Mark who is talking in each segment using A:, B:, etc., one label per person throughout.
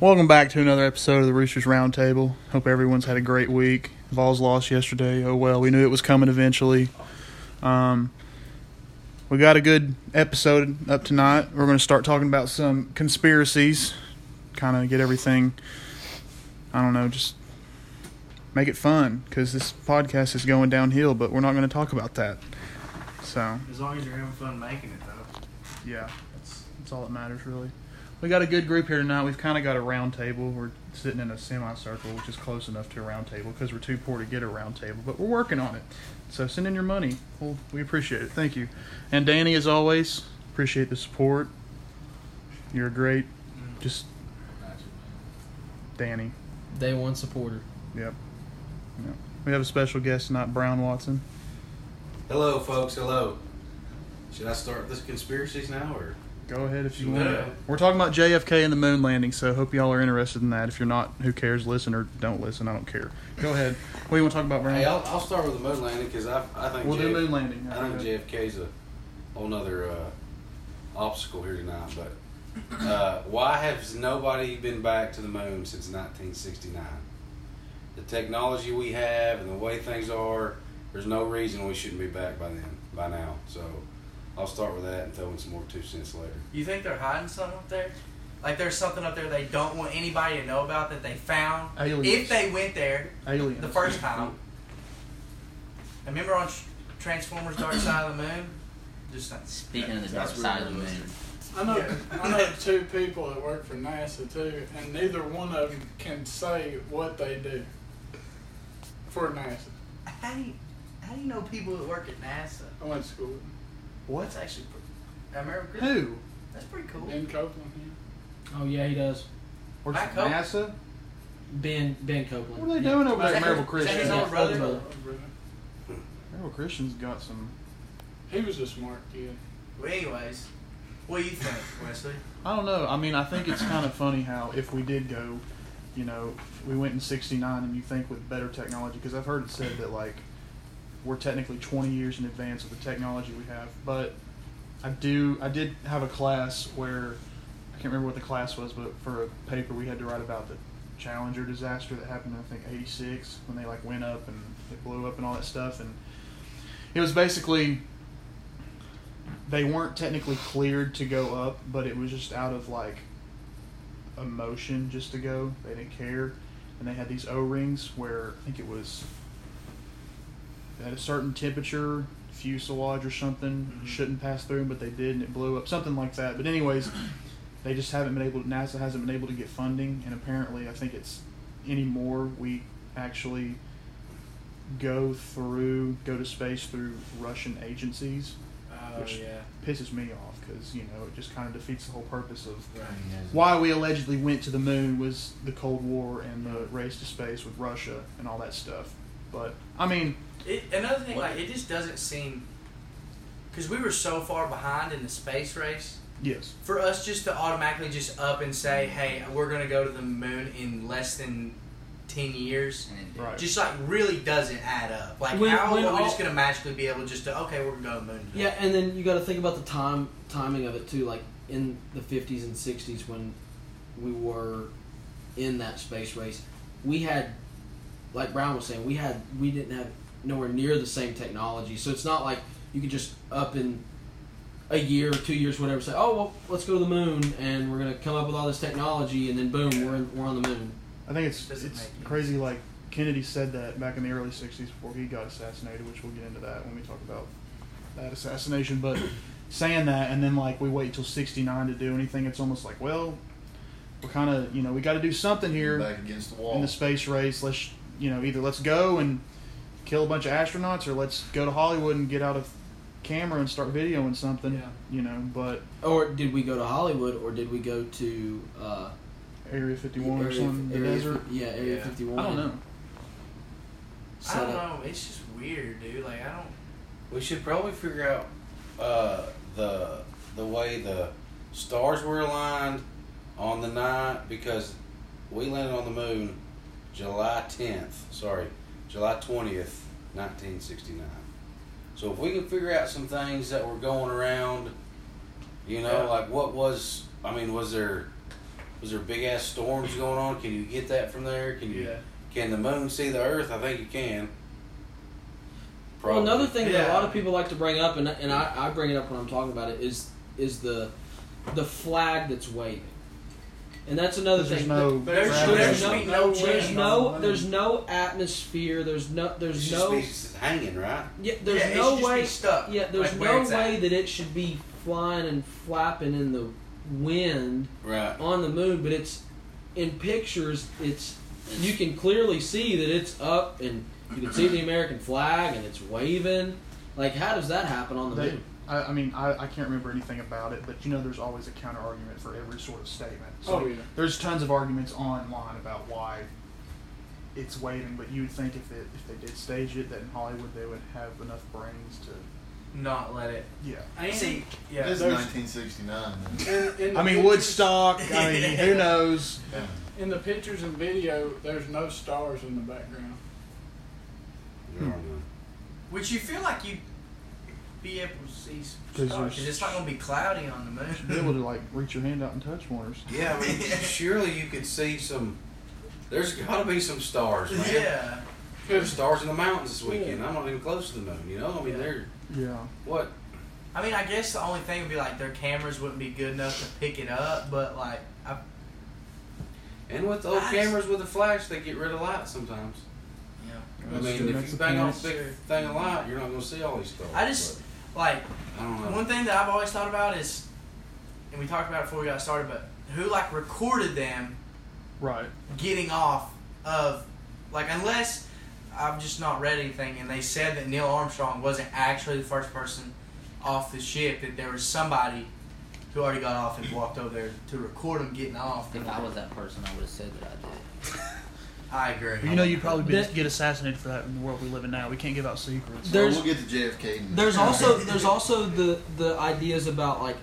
A: Welcome back to another episode of the Roosters Roundtable. Hope everyone's had a great week. Vols lost yesterday. Oh well, we knew it was coming eventually. Um, we got a good episode up tonight. We're going to start talking about some conspiracies, kind of get everything. I don't know, just make it fun because this podcast is going downhill. But we're not going to talk about that. So
B: As long as you're having fun making it, though.
A: yeah, that's that's all that matters really. We got a good group here tonight. We've kind of got a round table. We're sitting in a semicircle, which is close enough to a round table because we're too poor to get a round table, but we're working on it. So send in your money. Well, we appreciate it. Thank you. And Danny, as always, appreciate the support. You're great. Just Danny.
C: Day one supporter.
A: Yep. yep. We have a special guest tonight, Brown Watson.
D: Hello, folks. Hello. Should I start this conspiracies now, or
A: Go ahead if you
B: No.
A: want. We're talking about JFK and the moon landing, so hope y'all are interested in that. If you're not, who cares? Listen or don't listen. I don't care. Go ahead. What do you want to talk about, Brian?
D: hey, I'll, I'll start with the moon landing because I, I think
A: we'll do
D: JF
A: moon landing.
D: I think JFK's a whole nother uh, obstacle here tonight. But uh, why has nobody been back to the moon since 1969? The technology we have and the way things are, there's no reason we shouldn't be back by then, by now. So I'll start with that and throw in some more two cents later.
B: You think they're hiding something up there? Like there's something up there they don't want anybody to know about that they found?
A: Aliens.
B: If they went there
A: Aliens.
B: the first time. And Remember on Tr- Transformers Dark Side of the Moon? Just not
E: Speaking of the dark
D: That's
E: side of the
D: weird.
E: moon,
F: I know,
B: Yeah.
F: I know two people that work for NASA too, and neither one of them can say what they do for NASA.
B: How do you, how do you know people that work at NASA?
F: I went to school with
B: That's
A: What?
B: actually pretty. America.
A: Who?
B: That's pretty cool.
F: them in Copeland. yeah.
C: Oh yeah, he does.
A: Works
B: Matt
A: at
B: Cope?
A: NASA?
C: Ben Ben Copeland.
A: What are they
C: Yeah.
A: doing over
B: Is
A: there
B: that
A: at Marvel
B: his- is that his
A: Christian?
B: old brother?
C: brother.
F: Oh, brother.
A: Marvel Christian's got some.
F: He was a smart kid.
B: Well, anyways, what do you think, Wesley?
A: I don't know. I mean, I think it's kind of funny how if we did go, you know, we went in '69, and you think with better technology, because I've heard it said that like we're technically 20 years in advance of the technology we have. But I do, I did have a class where I can't remember what the class was, but for a paper we had to write about the Challenger disaster that happened, I think '86, when they like went up and it blew up and all that stuff, and it was basically they weren't technically cleared to go up, but it was just out of like emotion just to go. They didn't care. And they had these O rings where I think it was at a certain temperature, fuselage or something
B: Mhm.
A: shouldn't pass through, but they did and it blew up. Something like that. But, anyways, they just haven't been able to, NASA hasn't been able to get funding. And apparently, I think it's anymore we actually go through, go to space through Russian agencies
B: Oh,
A: Which- pisses me off because you know it just kind of defeats the whole purpose of
B: Right.
A: why we allegedly went to the moon was the Cold War and the race to space with Russia and all that stuff. But I mean,
B: It, another thing,
E: What?
B: like it just doesn't seem because we were so far behind in the space race
A: yes,
B: for us just to automatically just up and say, "Hey, we're gonna go to the moon in less than ten years."
E: and then
A: right.
B: Just like really doesn't add up. Like
C: When-
B: how
C: when
B: are we
C: all-
B: just gonna magically be able just to okay, we're gonna go to the moon? today."
C: Yeah, and then you got to think about the time timing of it too. Like in the fifties and sixties when we were in that space race, we had, like Brown was saying, we had we didn't have nowhere near the same technology. So it's not like you could just up in a year or two years, whatever, say, oh well, let's go to the moon, and we're gonna come up with all this technology, and then boom, we're in, we're on the moon.
A: I think it's
B: Doesn't
A: it's
B: make any
A: crazy. Like Kennedy said that back in the early '60s before he got assassinated, which we'll get into that when we talk about that assassination. But saying that, and then like we wait till '69 to do anything, it's almost like well, we're kind of you know we got to do something here.
G: back against the wall.
A: in the space race. Let's you know either let's go and kill a bunch of astronauts, or let's go to Hollywood and get out of camera and start videoing something.
C: Yeah.
A: You know, but
C: Or did we go to Hollywood, or did we go to uh,
A: Area 51 or
C: Area-
A: something, the
C: Area-
A: desert.
C: Yeah, Area
B: Yeah.
C: 51.
A: I don't know.
B: I
C: Set
B: don't
C: up.
B: know. It's just weird, dude. Like I don't.
D: We should probably figure out uh, the the way the stars were aligned on the night because we landed on the moon July tenth. Sorry, July twentieth, nineteen sixty nine. So if we can figure out some things that were going around, you know,
B: Yeah.
D: like what was I mean, was there Was there big ass storms going on? Can you get that from there? Can you?
A: Yeah.
D: Can the moon see the Earth? I think you can.
C: Well, another thing that a
A: Yeah.
C: lot of people like to bring up, and and I, I bring it up when I'm talking about it, is is the the flag that's waving, and that's another
A: 'Cause
C: thing.
A: there's no.
F: There's-
A: gravity.
C: there's no-
B: no
C: there's
F: wind.
C: no there's no atmosphere. There's no
D: It's
C: there's
D: just
C: no
D: species hanging, right?
C: yeah, there's
B: Yeah, it
C: no
B: should just
C: way
B: be stuck.
C: yeah there's
B: like, where
C: no
B: it's at.
C: way that it should be flying and flapping in the wind
D: Right.
C: on the moon, but it's in pictures. It's you can clearly see that it's up, and you can see the American flag, and it's waving. Like, how does that happen on the
A: They,
C: moon?
A: I, I mean, I, I can't remember anything about it, but you know, there's always a counter argument for every sort of statement. So
F: Oh, yeah.
A: There's tons of arguments online about why it's waving, but you'd think if it if they did stage it, that in Hollywood they would have enough brains to.
B: Not let it.
A: Yeah.
F: And
B: See, yeah.
E: This is
F: There's-
E: 1969. man.
F: in, in the
A: I mean,
F: pictures-
A: Woodstock. I mean, who knows?
E: Yeah.
F: In the pictures and video, there's no stars in the background.
A: Hmm.
D: There are none.
B: Which you feel like you be able to see some
A: 'Cause
B: stars,
A: there's-
B: 'cause it's not gonna be cloudy on the
A: Be able
B: moon.
A: to like reach your hand out and touch one or something.
D: Yeah, I mean, surely you could see some. There's got to be some stars, man.
B: yeah.
D: There's stars in the mountains this weekend. I'm not even close to the moon. You know, I mean, they're
A: Yeah.
D: what?
B: I mean, I guess the only thing would be like their cameras wouldn't be good enough to pick it up, but like, I,
D: And with the old
B: Lights.
D: cameras with the flash, they get rid of light sometimes.
B: you know,
D: I
A: That's
D: mean,
A: true.
D: if
A: That's
D: you
A: a
D: bang on a
A: point.
D: big thing of light, you're not going to see all these stars.
B: I just like
D: but I don't know.
B: one thing that I've always thought about is, and we talked about it before we got started, but who like recorded them
A: Right.
B: getting off of, like, unless I've just not read anything, and they said that Neil Armstrong wasn't actually the first person off the ship, that there was somebody who already got off and walked over there to record him getting off.
G: If I was that person, I would have said that I did.
B: I agree.
A: You know, you'd probably be,
C: That-
A: get assassinated for that in the world we live in now. We can't give out secrets.
C: There- There's-
E: Well, we'll get to JFK. in-
C: There's also there's also the the ideas about like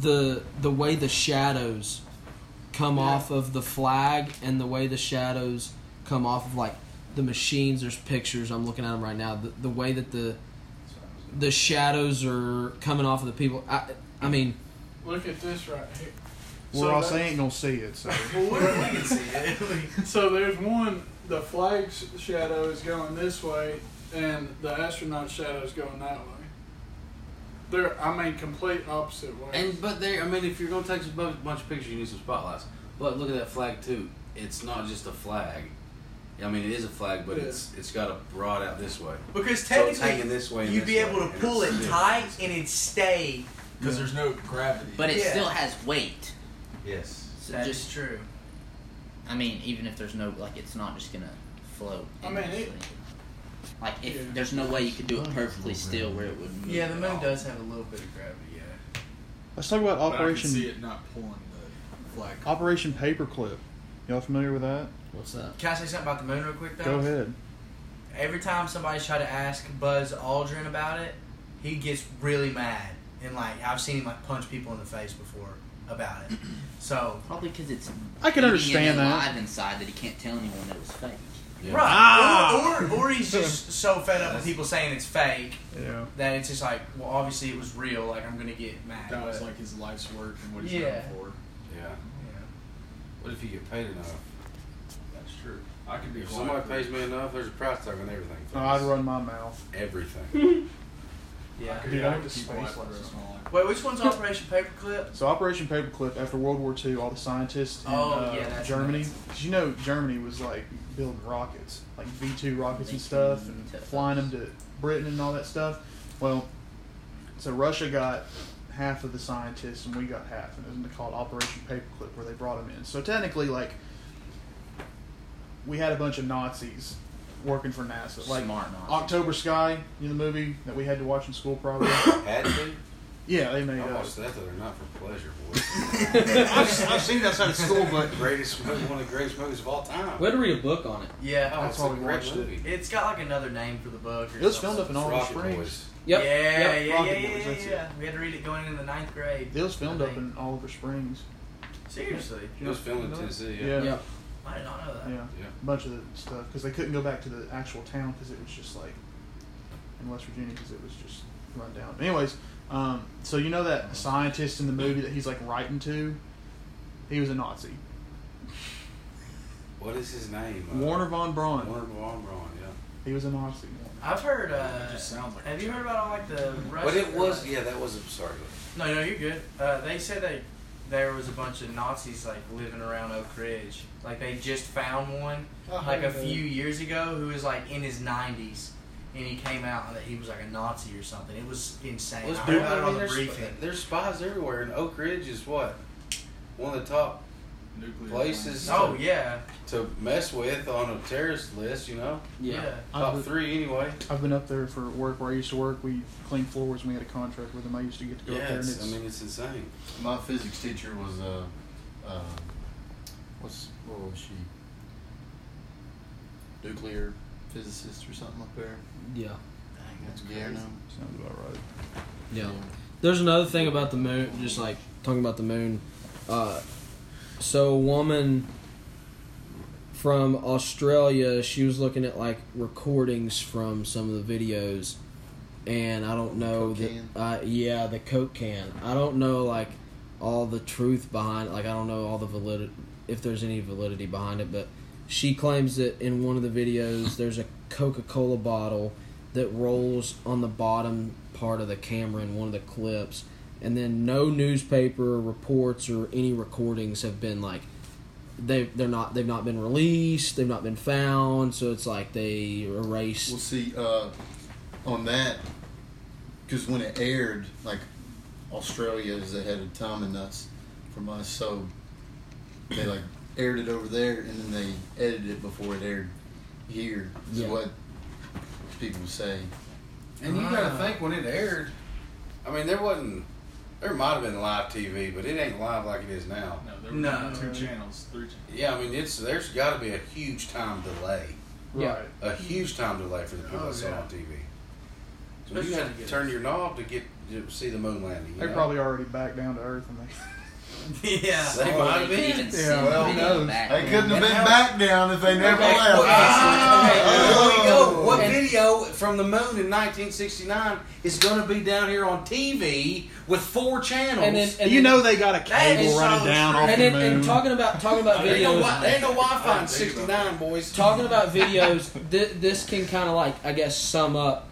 C: the the way the shadows come off of the flag and the way the shadows come off of like the machines. There's pictures I'm looking at them right now. The, the way that the the shadows are coming off of the people. I I mean
F: Look at this right here.
A: We're
F: So
A: all
F: that-
A: saying ain't gonna see it. So
B: Well, we, we can see it. We-
F: So there's one. The flag's shadow is going this way, and the astronaut's shadow is going that way. They're, I mean, complete opposite ways.
D: And but there, I mean, if you're going to take a bu- bunch of pictures, you need some spotlights. But look at that flag too. It's not just a flag. I mean, it is a flag, but
F: Yeah.
D: it's it's got a rod out this way.
B: because
D: So it's hanging
B: technically,
D: this way. and
B: you'd
D: this
B: be
D: way,
B: able to
D: and
B: pull it
D: it's-
B: tight and it'd stay.
E: because there's no gravity.
G: But it
B: Yeah.
G: still has weight.
D: Yes.
G: So
B: That's
G: just,
B: true.
G: I mean, even if there's no, like, it's not just gonna float.
F: I mean, it-
G: endlessly. like, if
F: Yeah.
G: there's no way you could do it perfectly still where it would move.
B: Yeah, the
G: at
B: moon
G: all.
B: does have a little bit of gravity. Yeah.
A: let's talk about
E: But I can see
A: Operation Oh,
E: it not pulling the flag.
A: Operation Paperclip. Y'all familiar with that?
C: what's that?
B: Can I say something about the moon real quick though?
A: Go ahead.
B: Every time somebody's tried to ask Buzz Aldrin about it, he gets really mad and like I've seen him like punch people in the face before about it. So
G: Probably because it's.
A: I can
G: eating
A: understand
G: it
A: that.
G: alive inside that he can't tell anyone that it was fake.
D: Yeah.
B: right,
A: Ah!
B: or, or or he's just so fed up with people saying it's fake
A: Yeah.
B: that it's just like, well, obviously it was real. Like I'm gonna get mad.
E: That was
B: but-
E: like his life's work and what he's
B: Yeah.
E: known for.
D: Yeah.
B: Yeah.
D: What if you get paid enough?
E: That's true. I could be.
D: If somebody pays me enough, there's a price tag on everything.
A: I'd run my mouth.
D: everything.
B: Yeah.
E: I could,
A: Dude,
E: I
A: I
E: could
A: just
E: keep
A: space
E: alive for the
A: last
E: rest of my life.
B: Wait, which one's Operation Paperclip?
A: So Operation Paperclip, after World War II, all the scientists in
B: Oh,
A: uh,
B: yeah, that's
A: Germany,
B: nuts.
A: 'cause you know Germany was like building rockets, like V2 rockets and
G: V2
A: stuff, and
G: to-
A: flying them to Britain and all that stuff. Well, so Russia got half of the scientists and we got half, and it was called Operation Paperclip where they brought them in. So technically, like, we had a bunch of Nazis working for NASA. Like
G: Smart not.
A: October Sky, you know the movie that we had to watch in school probably?
D: Had to.
A: yeah, they made
D: I
A: us.
D: watched that the other night for pleasure, boy.
E: I've, I've seen that outside of school, but
D: greatest movie, one of the greatest movies of all time.
C: We had to read a book on it.
B: Yeah.
D: Oh,
A: That's
D: it's
A: why
D: a
A: we
D: great
A: watched it.
D: movie.
B: It's got like another name for the book. Or
A: It was filmed up
B: something.
A: in Orange
D: Rocket
A: Springs.
D: Boys.
C: Yep.
B: Yeah, yeah,
A: yep,
B: yeah,
A: Rocket
B: yeah,
A: Boys,
B: yeah,
A: that's it.
B: yeah. We had to read it going into the ninth grade.
A: It was filmed
B: I
A: up in
B: think.
A: Oliver Springs.
B: Seriously,
D: It was filmed in Tennessee. Yeah.
A: Yeah.
C: Yeah.
B: I did not know that.
A: Yeah,
D: Yeah.
A: a bunch of the stuff because they couldn't go back to the actual town because it was just like in West Virginia because it was just run down. Anyways, um, so you know that scientist in the movie that he's like writing to, He was a Nazi.
D: What is his name? Uh,
A: Warner von Braun.
D: Warner Von Braun. Yeah.
A: He was a Nazi.
B: I've heard. Uh,
E: It just sounds like
B: have you heard about all like the?
D: But it
B: Russian-
D: was yeah. That was absurd.
B: No, no, you're good. Uh, they said they there was a bunch of Nazis like living around Oak Ridge. Like they just found one like a few years ago who was like in his 90s, and he came out and that he was like a Nazi or something. It was insane.
D: Let's
B: I
D: be
B: heard about it
D: I
B: on
D: mean,
B: the
D: there's,
B: briefing.
D: there's spies everywhere, and Oak Ridge is what one of the top
E: nuclear
D: places
B: Oh yeah,
D: to mess with on a terrorist list. You know,
B: yeah.
C: yeah.
A: I've
D: top
A: been,
D: three anyway.
A: I've been up there for work where I used to work. We cleaned floors and we had a contract with them. I used to get to go up
D: Yeah,
A: there and
D: it's,
A: it's
D: I mean it's insane.
H: My physics teacher was uh, uh, what's what was she? Nuclear physicist or something up there.
C: Yeah.
B: Dang,
H: That's yeah, no.
A: sounds about right.
C: Yeah. There's another thing about the moon, just like talking about the moon. Uh, so, a woman from Australia, she was looking at like recordings from some of the videos, and I don't know
H: Coke
C: that.
H: can.
C: Uh, yeah, the Coke can. I don't know like all the truth behind. Like, I don't know all the validity if there's any validity behind it, but she claims that in one of the videos there's a Coca-Cola bottle that rolls on the bottom part of the camera in one of the clips and then no newspaper reports or any recordings have been like they they're not they've not been released, they've not been found, so it's like they
H: Well,
C: erased
H: see, uh, on that, because when it aired, like Australia is ahead of time and us from us, so they like aired it over there and then they edited it before it aired here. Is
C: Yeah.
H: what people say.
D: And you
B: Ah.
D: gotta think when it aired, I mean there wasn't there might have been live TV, but it ain't live like it is now.
E: No, there
B: No.
E: were two channels, three channels.
D: Yeah, I mean it's there's got to be a huge time delay,
C: Yeah.
A: Right.
D: a huge time delay for the people
B: Oh,
D: that saw it
B: yeah.
D: on TV. So you
B: Especially
D: had
B: to
D: to
B: get
D: turn
B: us.
D: your knob to get to see the moon landing. you
A: They
D: know?
A: probably already back down to earth and they
B: yeah.
D: They might have
G: Couldn't
D: been.
G: even see
A: Yeah,
G: the
A: well,
G: video
A: no.
G: back.
H: They couldn't have
D: And
H: been
D: how-
H: back down if they never
D: Okay,
H: left.
D: well, okay, so- okay,
H: Oh.
D: there we go. What video from the moon in 1969 is going to be down here on TV with four channels?
C: and then and
A: you
C: then,
A: know they got a
B: That
A: cable
B: is
A: running
B: so
A: down
B: true.
A: off
C: and
A: the
C: then
A: moon.
C: and talking about talking about
D: there ain't no,
C: videos
D: wi- there ain't no Wi-Fi in
E: I think so.
D: '69, boys.
C: talking about videos, th- this can kind of like I guess sum up,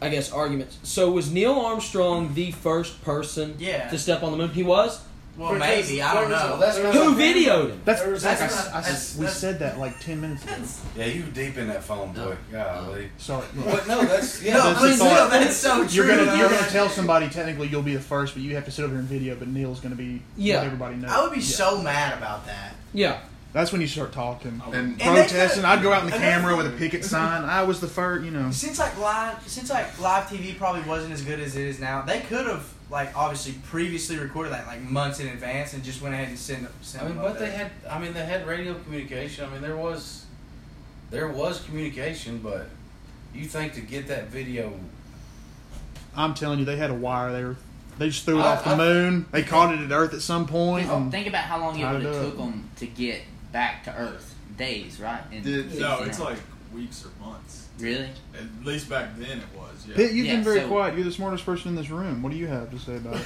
C: I guess arguments. So was Neil Armstrong the first person
B: Yeah.
C: to step on the moon? He was.
B: Well, maybe I don't
D: Well,
B: know.
D: that's not-
C: Who videoed him?
A: that's,
F: There was
A: that's,
B: a-
A: I s- I s-
B: that's-
A: we
B: that's-
A: said that like ten minutes ago.
D: Yeah, you deep in that phone, boy. Golly.
A: Sorry.
D: But no, that's yeah.
B: No,
D: that's
B: please,
D: the
B: no,
D: thought.
B: that's so true.
A: You're gonna you're
B: though.
A: gonna tell somebody technically you'll be the first, but you have to sit over here and video. But Neil's gonna be
C: Yeah.
A: let everybody know.
B: I would be so mad about that.
C: Yeah.
A: That's when you start talking,
H: And
B: And
A: protesting.
B: they
A: I'd go out in the
B: and
A: camera
B: they-
A: with a picket sign. I was the first, you know.
B: Since like live, since like live TV probably wasn't as good as it is now, they could have like obviously previously recorded that like months in advance and just went ahead and sent sent
D: I mean,
B: them
D: but
B: up
D: they
B: there.
D: had. I mean, they had radio communication. I mean, there was, there was communication, but you think to get that video
A: I'm telling you, they had a wire. They were they just threw it
D: I-
A: off the
D: I-
A: moon. They caught it at Earth at some point.
G: Oh,
A: and-
G: think about how long it
A: Tied
G: would
A: it
G: have
A: up.
G: took them to get back to Earth. Days, right? In
H: Did-
E: No,
G: 69.
E: it's like weeks or months.
G: really.
E: At least back then it was. Yeah.
A: Pitt, you've
G: Yeah,
A: been very
G: so-
A: quiet. You're the smartest person in this room. What do you have to say about it?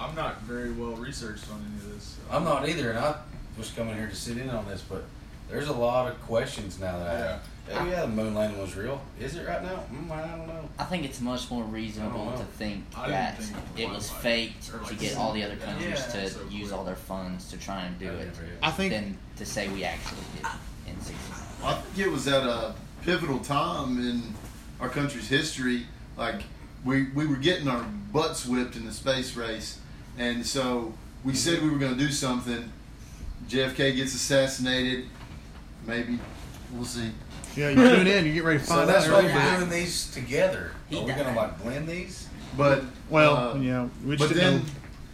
E: I'm not very well researched on any of this.
D: I'm not either, and I was coming here to sit in on this, but there's a lot of questions now that I have. Oh yeah, the moon landing was real. Is it right now? Mm, I don't know.
G: I think it's much more reasonable
D: know.
G: to think
E: I
G: that
E: didn't think it
G: it was
E: was like-
G: faked
E: or like
G: to get all the other
E: yeah,
G: countries
B: yeah,
G: to
E: so
G: use
E: quick.
G: all their funds to try and do
D: I
G: it,
D: never
A: I
D: is.
A: think
G: than to say we actually did it in '69.
H: I think it was at a pivotal time in our country's history. Like we we were getting our butts whipped in the space race, and so we said we were going to do something. JFK gets assassinated. Maybe we'll see.
A: yeah, you tune in. You get ready to
D: So
A: find
D: that's
A: out.
D: why
A: real
G: right.
D: we're
A: quick.
D: doing these together.
G: He
D: Are we gonna
G: died.
D: like blend these?
H: But
A: Well,
H: uh,
A: yeah, we
H: but
A: should
H: then
A: know.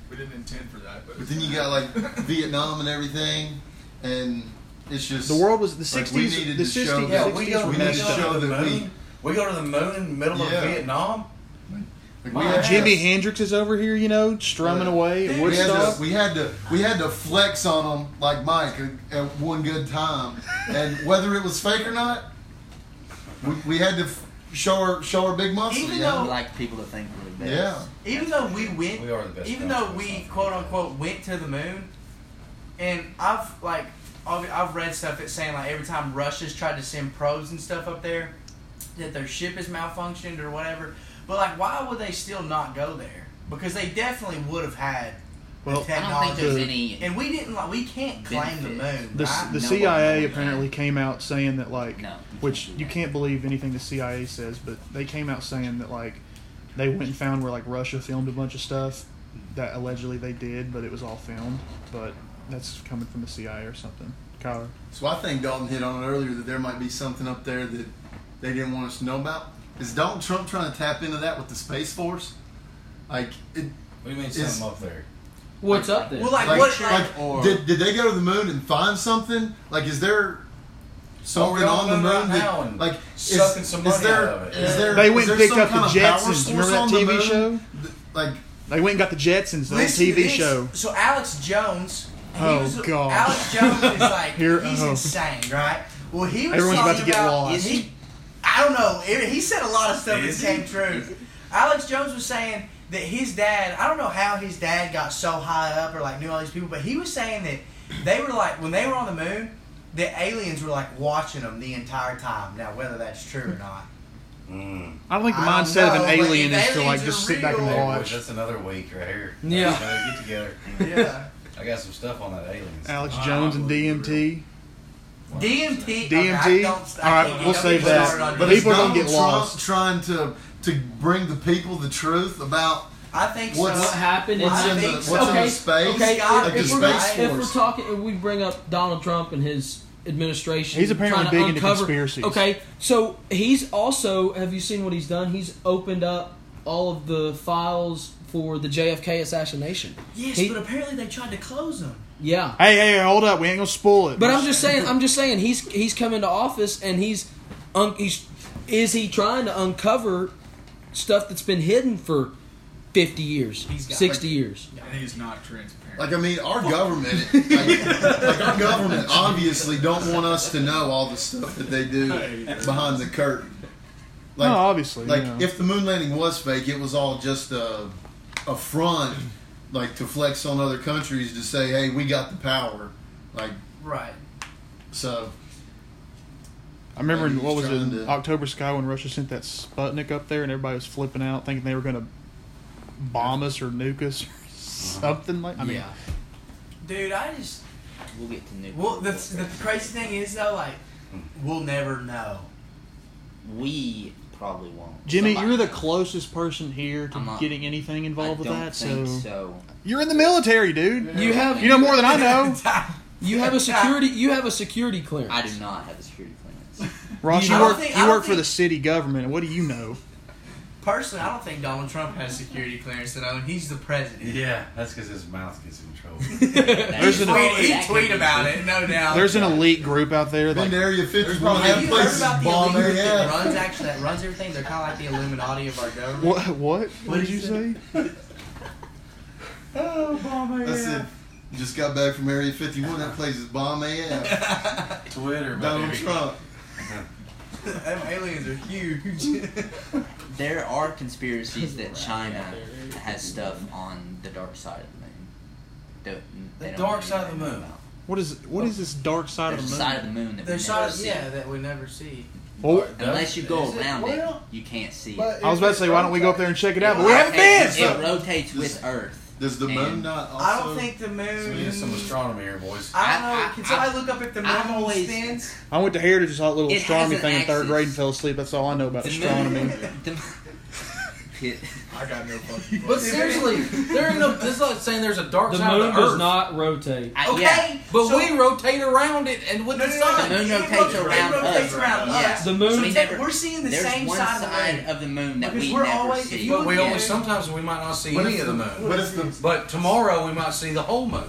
E: We didn't intend for that, but,
H: but then you got like Vietnam and everything, and it's just
A: The world was the
H: Like, we
A: '60s.
H: needed
A: the
H: to show
A: '60s,
H: that-
D: Yeah, we
A: 60s
D: go,
A: were
D: we
H: need to
A: messed
D: go
A: up.
H: show
D: to the
H: that we-
D: moon. We go to the moon in the middle
H: Yeah.
D: of Vietnam.
H: like,
D: My
H: we had
A: Jimi
H: to-
A: Hendrix is over here, you know, strumming
H: Yeah.
A: away. at
H: We had,
A: Woodstock.
H: to, we had to we had to flex on them like Mike at- at one good time, and whether it was fake or not, we, we had to f- show our show our big muscle.
B: Even
H: you
G: I
H: know?
B: though-
G: like people to think we're the best.
H: yeah,
B: even though we went,
D: We are the best.
B: even
D: country
B: though
D: or
B: we
D: something.
B: quote unquote went to the moon, And I've like I've I've read stuff that's saying like every time Russia's tried to send probes and stuff up there, that their ship has malfunctioned or whatever. But like, why would they still not go there? Because they definitely would have had
A: Well,
B: the
A: I
G: I don't think
B: technology.
G: there's
A: The-
G: any.
B: and we didn't like we can't claim the
G: Benefit.
B: moon.
A: The,
B: right?
A: the
G: No,
A: CIA
G: no, no.
A: apparently came out saying that like,
G: No, you
A: which
G: can't do
A: you
G: that.
A: can't believe anything the CIA says, but they came out saying that like, they went and found where like Russia filmed a bunch of stuff that allegedly they did, but it was all filmed. But that's coming from the CIA or something. Kyler,
H: So I think Dalton hit on it earlier that there might be something up there that they didn't want us to know about. Is Donald Trump trying to tap into that with the Space Force? Like, it,
D: What do you mean
H: Is-
D: something up there?
C: What's up there?
B: well, like,
H: like,
B: what? Like,
H: like, did, did they go to the moon and find something? Like, is there something
D: Don't go
H: on the
D: to
H: moon?
D: the moon right now
H: that,
D: and
H: like,
D: sucking
H: is,
D: some
H: is
D: money out
H: there,
D: of it.
H: is there-
A: They
H: is
A: went and
H: there
A: picked
H: some
A: up the
H: kind of power
A: Jetsons. Remember
H: source
A: that
H: on the
A: TV
H: moon?
A: show?
H: Th- Like,
A: they went and got the Jetsons, the old
B: Listen to
A: TV
B: this.
A: show.
B: So Alex Jones. he
A: Oh,
B: was-
A: God.
B: Alex Jones is like
A: Here-
B: he's
A: oh.
B: insane, right? Well, he was
A: Everyone's about
B: talking
A: to get lost.
B: Is he? I don't know. It- he said a lot of stuff that came true. Alex Jones was saying that his dad. I don't know how his dad got so high up or like knew all these people, but he was saying that they were like when they were on the moon, the aliens were like watching them the entire time. Now whether that's true or not,
D: Mm.
A: I think the
B: I don't
A: mindset of
B: know,
A: an
B: but
A: alien
B: if
A: is to like
B: aliens
A: just
B: are
A: sit back and
B: real-
D: Hey, boys,
A: watch.
D: that's another week right here.
C: Yeah.
D: Gotta get together.
B: yeah.
D: I got some stuff on that alien.
A: Alex
E: Ah,
A: Jones and
E: unbelievable.
A: DMT.
B: DMT.
A: DMT?
B: Okay, I don't, I
A: All right,
B: can't-
A: we'll
B: don't
A: save
B: get
A: that.
B: started on
A: But
B: this.
H: is
A: people are gonna
H: Donald
A: get
H: Trump
A: lost.
H: trying to to bring the people the truth about
B: I think
H: What's-
B: so.
H: What
C: what happened?
B: Well,
H: what's
B: I
H: in the
B: think
H: what's
B: so.
H: in
B: Okay,
H: the space?
B: okay,
H: like the
B: if
C: if,
B: we're
C: we're,
H: space
B: not-
H: force.
C: if we're talking, if we bring up Donald Trump and his administration,
A: He's apparently
C: trying to
A: big into
C: uncover-
A: conspiracies.
C: Okay, so he's also. Have you seen what he's done? He's opened up all of the files for the JFK assassination.
B: Yes,
C: He-
B: but apparently they tried to close them.
C: Yeah,
A: Hey, hey, hold up! We ain't gonna spoil it.
C: but I'm just saying. I'm just saying. He's he's come into office and he's un, he's is he trying to uncover stuff that's been hidden for fifty years,
B: He's got-
C: sixty years?
E: And he's not transparent.
H: Like I mean, our government, like, like our government, obviously don't want us to know all the stuff that they do behind the curtain. Like,
A: no, obviously.
H: like
A: yeah.
H: if the moon landing was fake, it was all just a, a front, like to flex on other countries to say, "Hey, we got the power." Like
B: Right.
H: so,
A: I remember in,
H: He's
A: what was it
H: trying
A: in
H: to-
A: October Sky when Russia sent that Sputnik up there and everybody was flipping out thinking they were going to bomb us or nuke us or something like. I mean,
C: yeah.
B: Dude, I just.
G: We'll get to nuke.
B: Well, the, the crazy thing is, though, like, we'll never know.
G: we probably won't.
A: Jimmy,
G: Somebody-
A: you're the closest person here to
G: I'm not-
A: getting anything
G: I
A: involved with
G: don't
A: that. So.
G: think so.
A: you're in the military, dude.
C: You have
A: You know more than I know.
C: You have a security. You have a security clearance.
G: I do not have a security clearance.
A: Ross,
C: You
A: you,
C: know-
B: don't
C: I
A: work.
B: think- I
A: you
B: don't
A: work for
B: think-
A: the city government. and What do you know?
B: Personally, I don't think Donald Trump has security clearance, though, and he's the president.
D: Yeah, that's because his mouth gets in trouble.
A: There's
B: He
A: an-
B: tweet, he tweet about it, no doubt.
A: There's an elite group out there.
H: been
A: Like,
H: to Area Fifty One,
B: Have
H: that
B: you
H: place
B: heard
H: is
B: about the
H: bomb
B: elite that
H: AF.
B: runs actually that runs everything? They're kind of like the Illuminati of our government.
A: what? What? What did
B: he
A: you say?
B: said.
D: oh, bomb
H: That's it. Just got back from Area Fifty One. That place is bomb AF.
E: Twitter, my
H: Donald
E: dude.
H: Trump.
B: Them aliens are huge.
G: There are conspiracies that China has stuff on the dark side of the moon. Don't- they
D: The
G: don't
D: dark
G: know
D: side of the
G: anything
D: moon.
G: about.
A: What is? What is this dark side
G: There's
A: of
G: a
A: the moon? Oh,
G: side of the moon that
B: There's
G: we never
B: shots,
G: see.
B: yeah, that we never see.
A: Well,
G: Unless you go
E: Is it-
G: around it,
E: well,
G: you can't see it.
E: but
A: I was about to say, why don't we go up there and check it out? But we haven't
G: It,
A: been.
G: it rotates
H: This-
G: with Earth.
H: Does the
G: And
H: moon not also?
B: I don't think the moon.
D: So we need some astronomy here, boys.
B: I
G: I-
B: don't know.
G: I-
B: Can
G: I-
B: somebody look up if the moon
G: I'm always-
B: spins?
A: I went to Heritage saw a little
G: It has
A: astronomy
G: an
A: thing in third
G: axis.
A: grade and fell asleep. That's all I know about
G: The moon-
A: astronomy.
G: the- Pit-
E: I got no fucking.
I: But seriously, there ain't no. This is like saying there's a dark
C: The
I: side
C: moon
I: of the Earth.
C: does not rotate.
G: I-
B: Okay,
G: yeah.
I: but
B: so-
I: we rotate around it and with
B: No,
I: the
B: no, no,
I: sun.
B: no,
G: The moon
B: it
G: rotates
B: rotates
G: around us.
B: around us.
C: The moon-
B: So
G: we
B: te-
G: never-
B: we're seeing the
G: There's
B: same
G: one
B: side,
G: side
B: of
G: of the moon that
B: Because
G: we
B: we're
G: never
B: always- if
G: see.
B: you
I: But we
B: Yeah.
I: only sometimes we might not see
H: What
I: any
H: if
I: of the
H: the-
I: moon.
H: What if the
I: But tomorrow we might see the whole moon.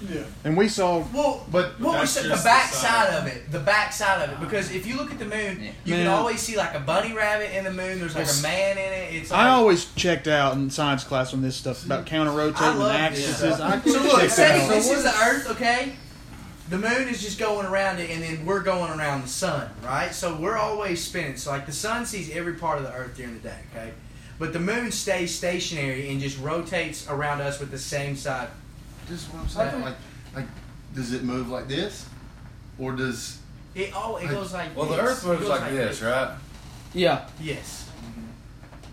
F: Yeah.
A: And we saw
B: the moon. Well,
H: But-
B: what we
E: That's
B: said, the
E: just
B: back
E: the
B: side
E: side.
B: of it, the back side of it, because if you look at the moon,
G: Yeah.
B: you can
A: Man.
B: always see like a bunny rabbit in the moon. There's like
A: Well,
B: a man in it. It's like,
A: I always checked out in science class on this stuff about counter
B: I
A: rotating
B: love
A: axes.
B: this
A: I
B: stuff. So look,
A: checked
B: say
A: that out.
B: this is the Earth, okay? The moon is just going around it, and then we're going around the sun, right? So we're always spinning. So like the sun sees every part of the Earth during the day, okay? But the moon stays stationary and just rotates around us with the same side.
H: Just what I'm saying.
B: Okay.
H: Like, like does it move like this, or does
B: It all it goes like
D: Well, the
B: this.
D: Earth
B: It
D: moves
B: goes
D: like this, right?
C: Yeah,
B: Yes.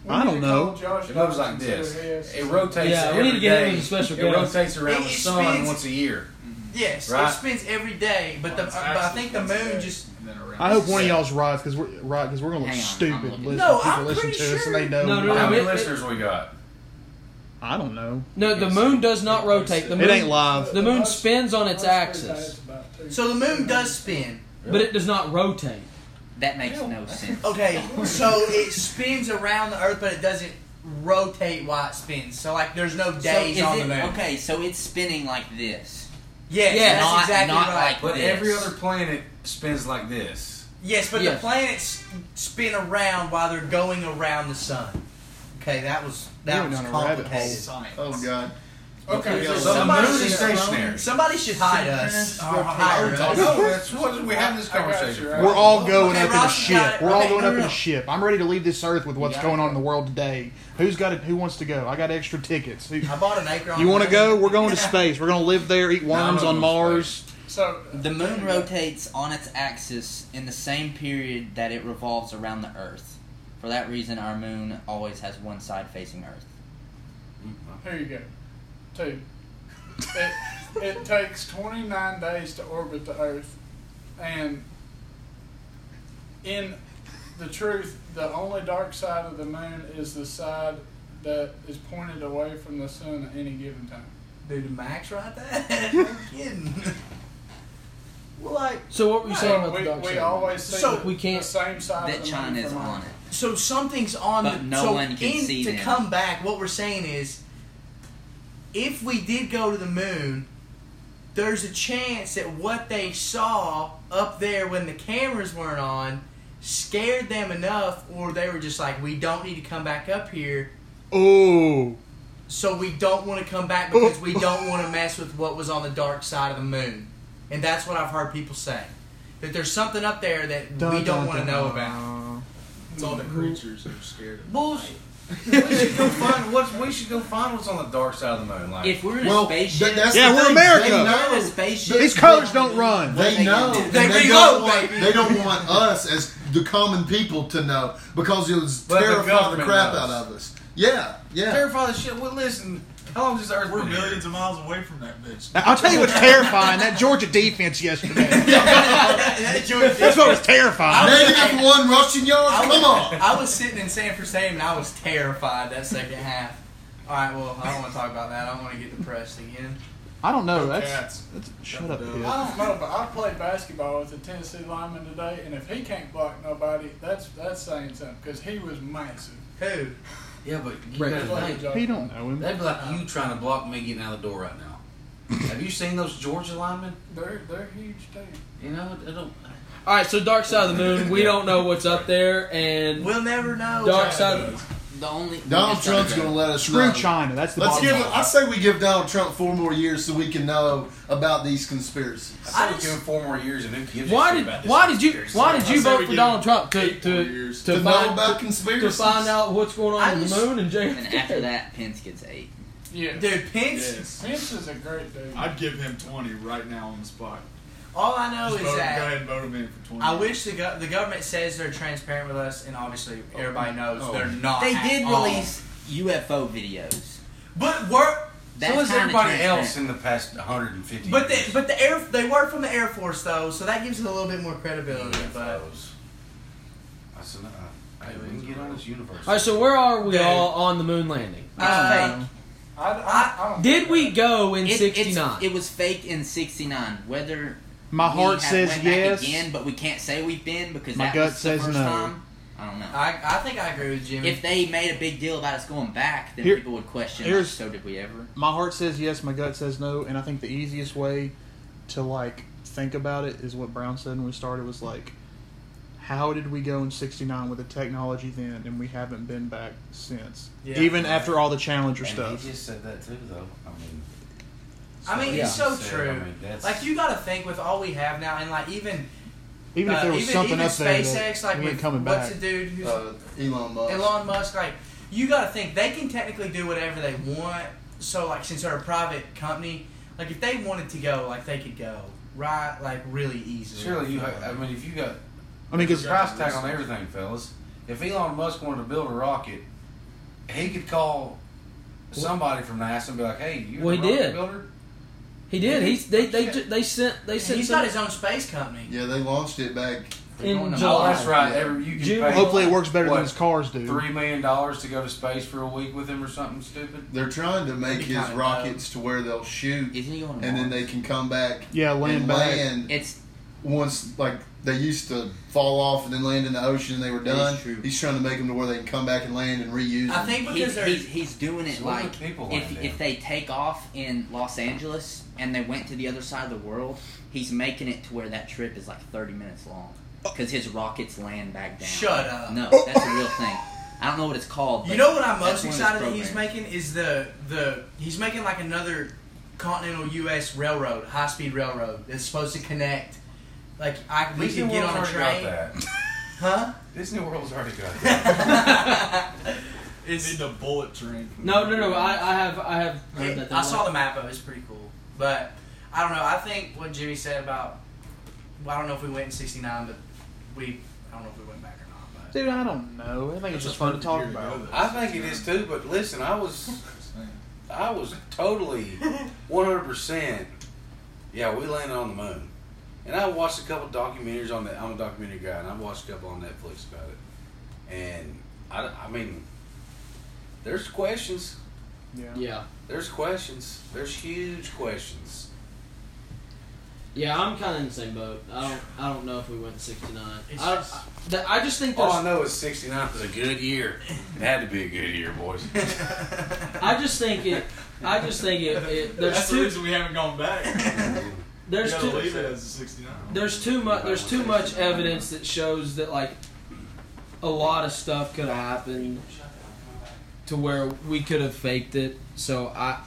A: I don't know.
F: Josh
D: It moves like
F: Johnson said he
D: this.
F: has-
D: It rotates.
C: Yeah, we
D: every
C: need to get him
D: day.
C: as a special
D: It
C: guest.
D: rotates around
B: It-
D: the
B: it
D: sun
B: spins-
D: once a year.
B: Yes.
D: Right.
B: It spins every day, but the
E: Well, it's
B: but I
E: actually
B: think the
E: once a
B: moon
E: day,
B: just
E: and then around
A: I hope
E: the
A: one of
E: sun.
A: y'all's right because we're right because we're gonna look
G: Hang on, I'm
A: stupid.
G: looking.
A: listening-
B: No,
A: people
B: I'm
A: listen
B: pretty
A: to us and
B: sure-
A: they know.
C: No, no,
D: How
C: no,
D: many
C: it-
D: listeners we got?
A: I don't know.
C: no, the moon does not rotate. The
A: It
C: moon,
A: ain't live.
C: The moon spins on its
F: Josh said
C: axis,
F: that's about two.
B: so the moon does spin.
C: but it does not rotate.
G: That makes no sense.
B: Okay, so it spins around the Earth, but it doesn't rotate while it spins. So like, there's no
G: So
B: days
G: is
B: on the
G: it-
B: moon.
G: Okay, so it's spinning like this.
B: Yes,
C: Yeah,
B: that's
G: not-
B: exactly
G: not
B: right.
G: like-
D: But
G: This.
D: every other planet spins like this.
B: yes, but
C: Yes.
B: the planets spin around while they're going around the sun. Okay, that was that
A: You're
B: was
A: down a rabbit
B: complicated.
H: oh god,
D: Okay,
H: so
D: so the moon
B: somebody
D: is
B: should-
D: stationary.
B: Somebody should hide us.
G: Oh,
B: Or hire us.
D: No, that's what we have this conversation. for.
A: We're all going
B: Okay,
A: up in a
B: Ross, you got
A: ship.
B: it.
A: We're all
B: Okay,
A: going
B: no,
A: up
B: no,
A: in
B: no.
A: a ship. I'm ready to leave this earth with what's
G: got
A: going
G: it.
A: on in the world today. Who's got it? Who wants to go? I got extra tickets. Who,
B: I bought an acre. on
A: you
B: the
A: want to go?
B: moon.
A: We're going to space. We're going to live there, eat worms
D: I'm
A: on
D: going to
A: Mars.
F: So
G: The moon rotates on its axis in the same period that it revolves around the Earth. For that reason, our moon always has one side facing Earth.
F: Here you go. Two. It, it takes 29 days to orbit the Earth, and in the truth, the only dark side of the moon is the side that is pointed away from the sun at any given time.
B: Dude, did Max write that? No kidding. Well, like,
C: So what were you saying
F: So
C: about the dark
F: we, we
C: side?
F: always see
B: So
F: the,
C: we can't-
F: the same side of
G: That
F: the
G: China
F: moon
G: is
F: from
G: on
F: Earth.
G: it.
B: so something's on.
G: But
B: the,
G: no
B: so
G: one can
B: in-
G: see
B: To
G: them.
B: come back, what we're saying is, if we did go to the moon, there's a chance that what they saw up there when the cameras weren't on scared them enough, or they were just like, we don't need to come back up here.
A: Oh,
B: So we don't want to come back because we don't want to mess with what was on the dark side of the moon. And that's what I've heard people say. That there's something up there that we don't want to know about.
E: It's all the creatures that are scared of
D: Bullshit. we should go find what's we should go find what's on the dark side of the moon. Like
G: If we're in
H: Well,
G: a
H: th-
G: spaceship,
H: that's
A: Yeah,
H: the
A: we're
H: thing.
A: America.
H: They
G: we're in a
H: know.
G: spaceship.
A: These codes don't run.
H: They know.
G: They
H: and
B: reload,
H: don't want,
B: baby.
H: They don't want us as the common people to know because it was
D: But the
H: terrify the,
D: government
H: crap
D: knows.
H: out of us. Yeah, yeah.
D: terrify the shit. Well, listen, how long has the Earth
E: We're
D: been here?
E: millions of miles away from that bitch.
A: I'll tell you what's terrifying. That Georgia defense yesterday. That's what was terrifying.
H: Negative one rushing yards.
B: I was,
H: Come on.
B: I was sitting in San Francisco and I was terrified that second half. All right, well, I don't want to talk about that. I don't want to get depressed again.
A: I don't know. That's,
E: Cats.
A: that's shut up, kid.
F: I don't know, but I played basketball with a Tennessee lineman today, and if he can't block nobody, that's that's saying something because he was massive.
B: Who?
I: Yeah, but you
C: Right.
I: gotta
F: Like,
I: think.
A: He don't know him.
I: That'd be like you trying to block me getting out of the door right now. Have you seen those Georgia linemen?
F: They're they're huge too.
I: You know, they don't.
C: All right, so dark side of the moon. We don't know what's up there, and
B: We'll never know.
C: dark side. Of
G: The only
H: Donald Trump's going to let us
A: Screw
H: know.
A: China. That's the
H: Let's
A: bottom
H: give.
A: line.
H: I say we give Donald Trump four more years so we can know about these conspiracies.
B: I
D: I just, give him four more years, and who gives a
C: why
D: shit
C: did
D: about this
C: why did you
D: conspiracy?
C: why did
E: I
C: you
E: say
C: vote
E: we
C: for
E: give
C: Donald Trump to
E: eight more
C: to
E: years.
H: To,
C: to
H: know
C: find
H: about
C: out
H: conspiracies.
C: to find out what's going
B: I
C: on on
B: just-
C: the moon and
G: and then after
C: JFK?
G: that, Pence gets eight.
F: Yeah.
B: Dude, Pence,
E: Yes.
F: Pence is a great dude.
E: I'd give him 20 right now on the spot.
B: all I know
E: Just
B: is
E: vote, go
B: that.
E: ahead and vote him in for 20.
B: I wish the, go- the government says they're transparent with us, and obviously everybody knows
D: Oh.
B: they're not.
G: They
B: at
G: did
B: all.
G: release UFO videos.
B: but were
G: That's
D: so is
G: kinda
D: everybody
G: transparent.
D: else in the past 150
B: but the
D: years.
B: but the air they were from the Air Force though, so that gives it a little bit more credibility. But
D: UFOs. I said, uh, hey, we can get on this universe.
C: All right, so where are we
B: Dude.
C: all on the moon landing?
G: It's
B: Uh,
G: fake.
F: I, I, I don't
C: Did we go in
G: It- it's-
C: '69?
G: It was fake in '69. Whether
A: My
G: we
A: heart
G: have
A: says
G: went back
A: yes.
G: again, but we can't say we've been because
A: My
G: that
A: gut
G: was the
A: says
G: first
A: no.
G: time. I don't know.
B: I, I think I agree with Jimmy.
G: if they made a big deal about us going back, then
A: Here-
G: people would question. Like,
A: here's-
G: so did we ever?
A: my heart says yes, my gut says no, and I think the easiest way to like think about it is what Brown said when we started was like, how did we go in '69 with the technology then, and we haven't been back since,
B: Yeah.
A: even after all the Challenger
D: and
A: stuff.
D: He just said that too, though. I mean,
B: I mean,
D: Yeah.
B: it's so
D: Said,
B: true.
D: I mean, that's-
B: like you got to think with all we have now, and like even
A: even if
B: uh,
A: there was
B: even,
A: something
B: even
A: up there,
B: SpaceX,
A: that
B: like
A: we ain't
B: with-
A: coming
B: what's
A: back.
B: the dude who's
H: Uh, Elon Musk.
B: Elon Musk, like you got to think they can technically do whatever they want. So like since they're a private company, Like if they wanted to go, like they could go right, like really easily.
D: Surely you. ha- I mean, if you got
A: I mean, because
D: price tag on everything, fellas. If Elon Musk wanted to build a rocket, he could call somebody from NASA and be like, "Hey, you
C: Well,
D: a
C: he
D: rocket
C: did.
D: builder?"
C: He did. He's they they
D: Shit.
C: ju- they sent they sent
B: He's
C: some,
B: got his own space company.
H: Yeah, they launched it back.
G: going
C: in
G: to
D: Oh,
G: July.
C: July.
D: that's right. Every you can
C: June-
D: pay
A: hopefully it works better
D: What?
A: than his cars do.
D: three million dollars to go to space for a week with him or something stupid.
H: They're trying to make
B: That'd be
H: his
B: kinda
H: rockets to where they'll shoot,
G: Isn't he going?
H: and then they can come back
A: Yeah, land
H: and
A: back.
H: land
G: It's
H: once like they used to fall off and then land in the ocean and they were
G: That is
H: done.
G: true.
H: He's trying to make them to where they can come back and land and reuse.
B: I
H: them.
B: think
G: he,
B: because they're
G: he's, he's doing it
D: So where
G: like
D: would people land
G: if,
D: at?
G: if they take off in Los Angeles and they went to the other side of the world, he's making it to where that trip is like 30 minutes long because his rockets land back down.
B: Shut up.
G: No, that's a real thing. I don't know what it's called.
B: Oh. You
G: but
B: know what I'm
G: that's
B: most
G: one of his
B: excited that he's
G: programs.
B: making is the the he's making like another continental U.S. railroad, high speed railroad that's supposed to connect. Like I, we
D: Disney
B: can get
D: World's
B: on a
D: already
B: train,
D: got that.
B: huh?
D: Disney World's already got that.
E: Need
B: it's,
E: the bullet train.
C: No, no, no. I, I have I have heard
B: it-
C: that.
B: I saw the map of it. It's pretty cool, but I don't know. I think what Jimmy said about well, I don't know if we went in '69, but we I don't know if we went back or not. But
A: Dude, I don't know. I think it's just fun to talk about.
D: I think it is too, but listen, I was I was totally 100%. Yeah, we landed on the moon. And I watched a couple documentaries on that. I'm a documentary guy, and I watched a couple on Netflix about it. And I, I mean, there's questions.
A: Yeah.
C: Yeah,
D: There's questions. There's huge questions.
C: yeah. I'm kind of in the same boat. I don't I don't know if we went 69.
B: It's
C: I,
B: just-
C: I, that- I just think
D: All
C: there's
E: Oh,
D: I know is 69 was a good year. It had to be a good year, boys.
C: I just think it. I just think it. it there's
E: That's the
C: too.
E: reason we haven't gone back.
C: There's
E: you gotta
C: too.
E: leave it as a 69.
C: There's too much. There's too much evidence that shows that like a lot of stuff could have happened to where we could have faked it. So I,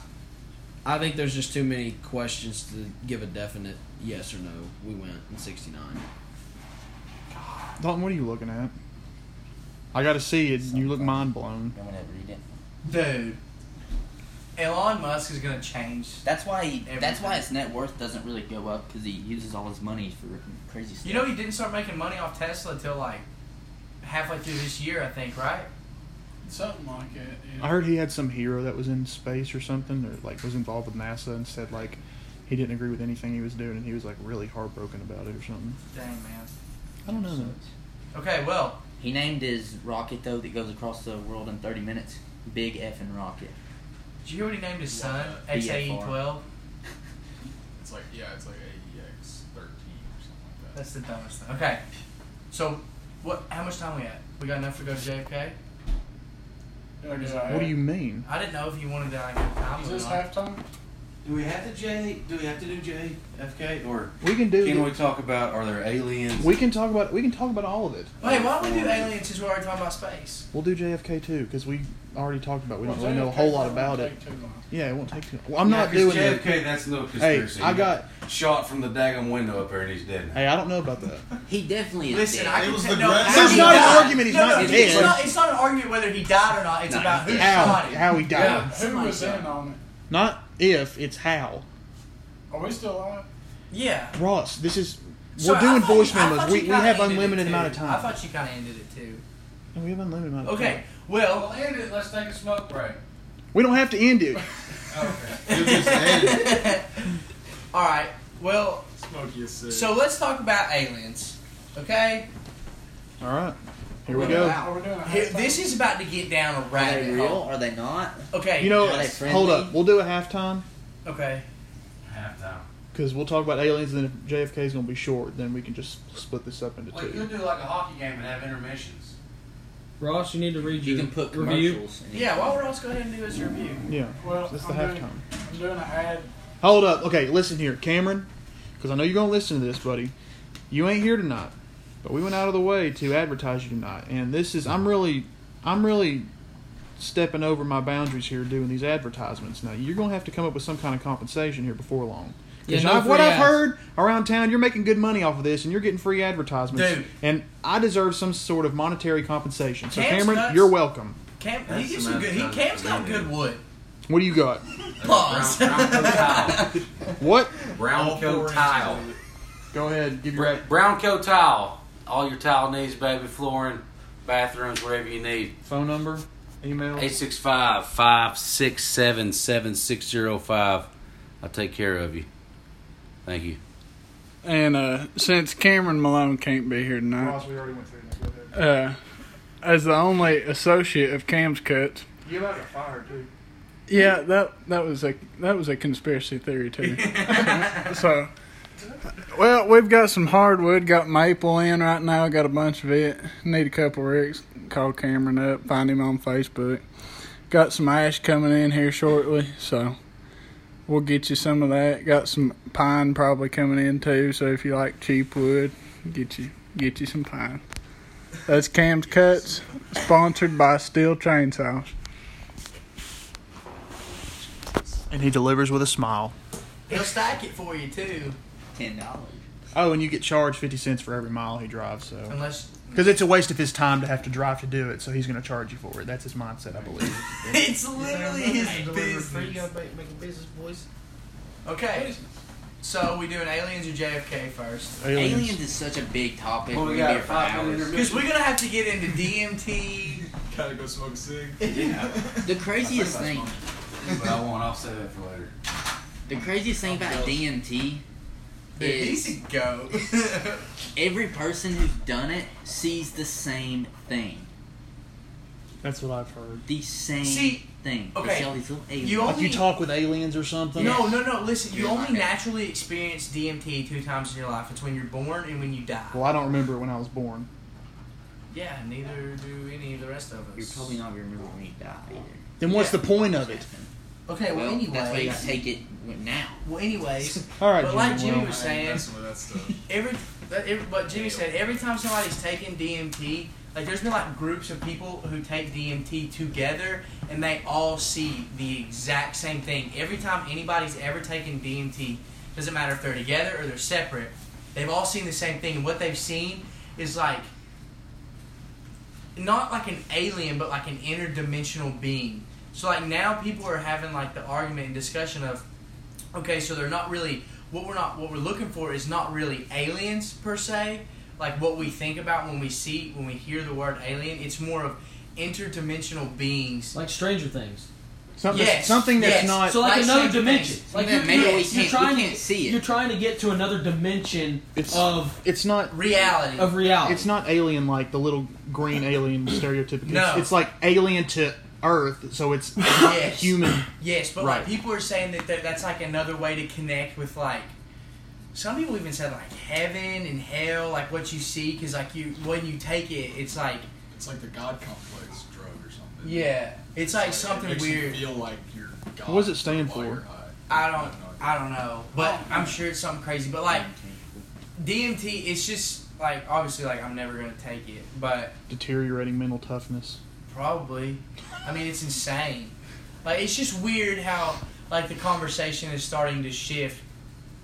C: I think there's just too many questions to give a definite yes or no. We went in '69.
A: Dalton, what are you looking at? I got to see it. and You look mind blown.
G: You want me to read it?
B: dude, Elon Musk is gonna change.
G: That's why. He, that's
B: Everything.
G: why his net worth doesn't really go up because he uses all his money for crazy stuff.
B: You know, he didn't start making money off Tesla till like halfway through this year, I think, right?
F: Something like that. Yeah.
A: I heard he had some hero that was in space or something, or like was involved with NASA and said like he didn't agree with anything he was doing, and he was like really heartbroken about it or something.
B: Dang, man.
A: I don't know. though.
B: Okay, well,
G: He named his rocket though that goes across the world in 30 minutes. Big effing rocket.
B: did you hear what he named his son? E
G: Yeah.
B: XAE12?
E: It's like, yeah, it's like E AEX 13 or something like that.
B: That's the dumbest thing. Okay, so what? how much time we at? We got enough to go to JFK?
F: Okay.
A: What do you mean?
B: I didn't know if you wanted to like, have time
F: Is
B: or
F: this
B: not.
F: halftime?
D: Do we have to J? Do we have to do JFK or
A: We can do.
D: can we
A: it.
D: talk about are there aliens?
A: we can talk about. We can talk about all of it.
B: Wait, why don't we do aliens since we're already talking about space?
A: We'll do JFK too because we already talked about. it. We don't
F: Well,
A: really know a
F: JFK
A: whole lot
F: probably
A: about it.
F: won't take too long.
A: Yeah, it won't take too. Well, I'm
D: Yeah,
A: not
D: 'cause
A: doing
D: JFK.
A: it.
D: That's no
A: Hey,
D: conspiracy.
A: I got.
D: shot from the daggum window up here, and he's dead. Now.
A: Hey, I don't know about that.
G: He definitely is.
B: Listen,
G: dead.
B: I can
H: was
B: tell-
H: the
B: no,
H: grand-
B: how
A: It's
B: he
A: not an
B: died.
A: argument, he's
B: No, no,
A: not
B: it's,
A: dead.
B: Not, it's not an argument whether he died or not. It's
G: No,
B: about who
G: he's
A: How?
B: shot him.
A: How he died?
D: Yeah.
F: Who was
G: Somebody
F: in on it?
A: Not if. It's how.
F: Are we still on?
B: Yeah.
A: Ross, this is. We're
B: So I
A: doing
B: thought-
A: voice
B: I thought
A: memos.
B: you
A: We, we
B: kinda
A: have
B: ended it
A: unlimited
B: too.
A: amount of time.
B: I thought you kind of ended it too.
A: And we have unlimited amount of time.
B: Okay, well,
D: end it. Let's take a smoke break.
A: We don't have to end it.
H: You'll just end it.
B: all right. Well,
E: Smokey is sick.
B: so let's talk about aliens. Okay,
A: All right. Here we go.
F: Are we doing a
B: Here-
F: halftime?
B: this is about to get down a
G: Are they
B: rabbit
G: real?
B: hole.
G: Are they not?
B: Okay,
A: You know,
G: Are they
A: hold
G: friendly?
A: up. We'll do a halftime
B: Okay,
D: Halftime.
A: because we'll talk about aliens, and then if JFK is going to be short, then we can just split this up into
D: Well, you could
A: two.
D: do like a hockey game and have intermissions.
C: Ross, you need to read
G: You
C: your
G: can put
C: review.
G: commercials. in it.
B: yeah. Why don't we also go ahead and do his review?
A: Yeah.
F: Well,
A: That's the
F: I'm
A: halftime.
F: doing, I'm doing an ad.
A: Hold up. Okay, listen here, Cameron, because I know you're going to listen to this, buddy. You ain't here tonight, but we went out of the way to advertise you tonight, and this is I'm really, I'm really stepping over my boundaries here doing these advertisements. Now you're going to have to come up with some kind of compensation here before long.
C: Yeah,
A: Because
C: no free
A: what I've
C: ads.
A: heard around town, you're making good money off of this, and you're getting free advertisements.
B: Dude.
A: And I deserve some sort of monetary compensation. So
B: Cam's
A: Cameron,
B: nuts.
A: you're welcome.
B: Cam,
I: That's
B: he gets
I: the
B: some
I: amount of
B: good. He
I: times
B: Cam's
I: that
B: got
I: we
B: good
I: do.
B: wood.
J: What do you got?
G: Pause.
I: Brown, brown coat tile.
J: What?
I: Brown coat tile.
A: Go ahead, give your
D: Br- Brown coat towel. All your towel needs, baby. Flooring, bathrooms, wherever you need.
A: phone number, email.
D: 865 567 7605. I'll take care of you. Thank you.
F: And uh, since Cameron Malone can't be here tonight,
A: Ross, we already went through that. Go ahead.
F: uh, as the only associate of Cam's cuts,
A: You about got fired too?
F: yeah, that that was a that was a conspiracy theory too. so, well, we've got some hardwood, got maple in right now, got a bunch of it. Need a couple rigs. Call Cameron up, find him on Facebook. Got some ash coming in here shortly, so we'll get you some of that. Got some pine probably coming in too, so if you like cheap wood, get you get you some pine. That's Cam's Cuts, sponsored by Steel Chainsaws.
A: And he delivers with a smile.
B: He'll stack it for you too,
G: Ten dollars.
A: Oh, and you get charged fifty cents for every mile he drives. So
B: unless
A: because it's a waste of his time to have to drive to do it, so he's going to charge you for it. That's his mindset, I believe.
B: it's literally his
I: You
B: business.
I: gotta make, make a business, boys.
B: Okay, so we doing aliens or JFK first?
G: Aliens.
A: Aliens.
G: is such a big topic.
D: Well, we
G: We're
D: got
G: here
D: a
G: for
D: five-minute
G: hours.
B: Because we're gonna have to get into DMT.
E: Gotta go smoke a cig.
G: The craziest
I: I
G: thing,
I: think But I won't. I'll save that for later.
G: the craziest thing about DMT
B: Dude, he's
G: is
B: a goat.
G: every person who's done it sees the same thing.
A: That's what I've heard.
G: The same
B: See,
G: thing.
B: okay,
G: It's all these little aliens.
B: you
A: Like
B: only
A: you talk with aliens or something.
B: no no no. Listen, you
I: Yeah,
B: only
I: okay.
B: naturally experience DMT two times in your life. It's when you're born and when you die.
A: Well, I don't remember when I was born.
B: Yeah, neither do any of the rest of us.
G: You're probably not gonna remember when you die either.
A: Then what's the point of it?
B: Okay, well,
G: well,
B: anyways.
G: that's why you gotta take it now.
B: well, anyways.
A: All right,
B: but like
A: Jimmy,
B: Jimmy
A: well,
B: was
E: I ain't
B: saying,
E: messing with that stuff.
B: every, that, every but Jimmy said every time somebody's taking DMT, like there's been like groups of people who take DMT together, and they all see the exact same thing. Every time anybody's ever taken DMT, doesn't matter if they're together or they're separate, they've all seen the same thing. And what they've seen is like not like an alien, but like an interdimensional being. So like now people are having like the argument and discussion of, okay, so they're not really what we're not what we're looking for is not really aliens per se, like what we think about when we see when we hear the word alien. It's more of interdimensional beings.
C: Like Stranger Things.
A: something,
B: Yes,
A: something that's
B: yes.
A: not.
C: So like,
B: Like
C: another
B: Stranger
C: dimension.
B: Things.
C: Like
G: Yeah,
C: you're,
G: maybe
C: you're,
G: we
C: you're
G: can't-
C: trying
G: we
C: to
G: can't see it.
C: You're trying to get to another dimension
A: It's-
C: of
A: it's not.
B: Reality.
C: of reality.
A: It's not alien like the little green alien stereotypical.
B: No.
A: It's, it's like alien to Earth, so it's
B: Yes.
A: human.
B: Yes, but
A: Right.
B: like people are saying that that- that's like another way to connect with like. Some people even said like heaven and hell, like what you see, because like you when you take it, it's like
E: It's like the God complex drug or something.
B: yeah, it's like
E: It
B: something
E: makes
B: weird.
E: You feel like you're God.
A: What does it stand
E: while
A: for?
E: you're high.
B: I don't, I don't know, but I'm sure it's something crazy. But like DMT, it's just like obviously like I'm never gonna take it, but
A: Deteriorating mental toughness.
B: Probably. I mean, it's insane. Like, it's just weird how, like, the conversation is starting to shift.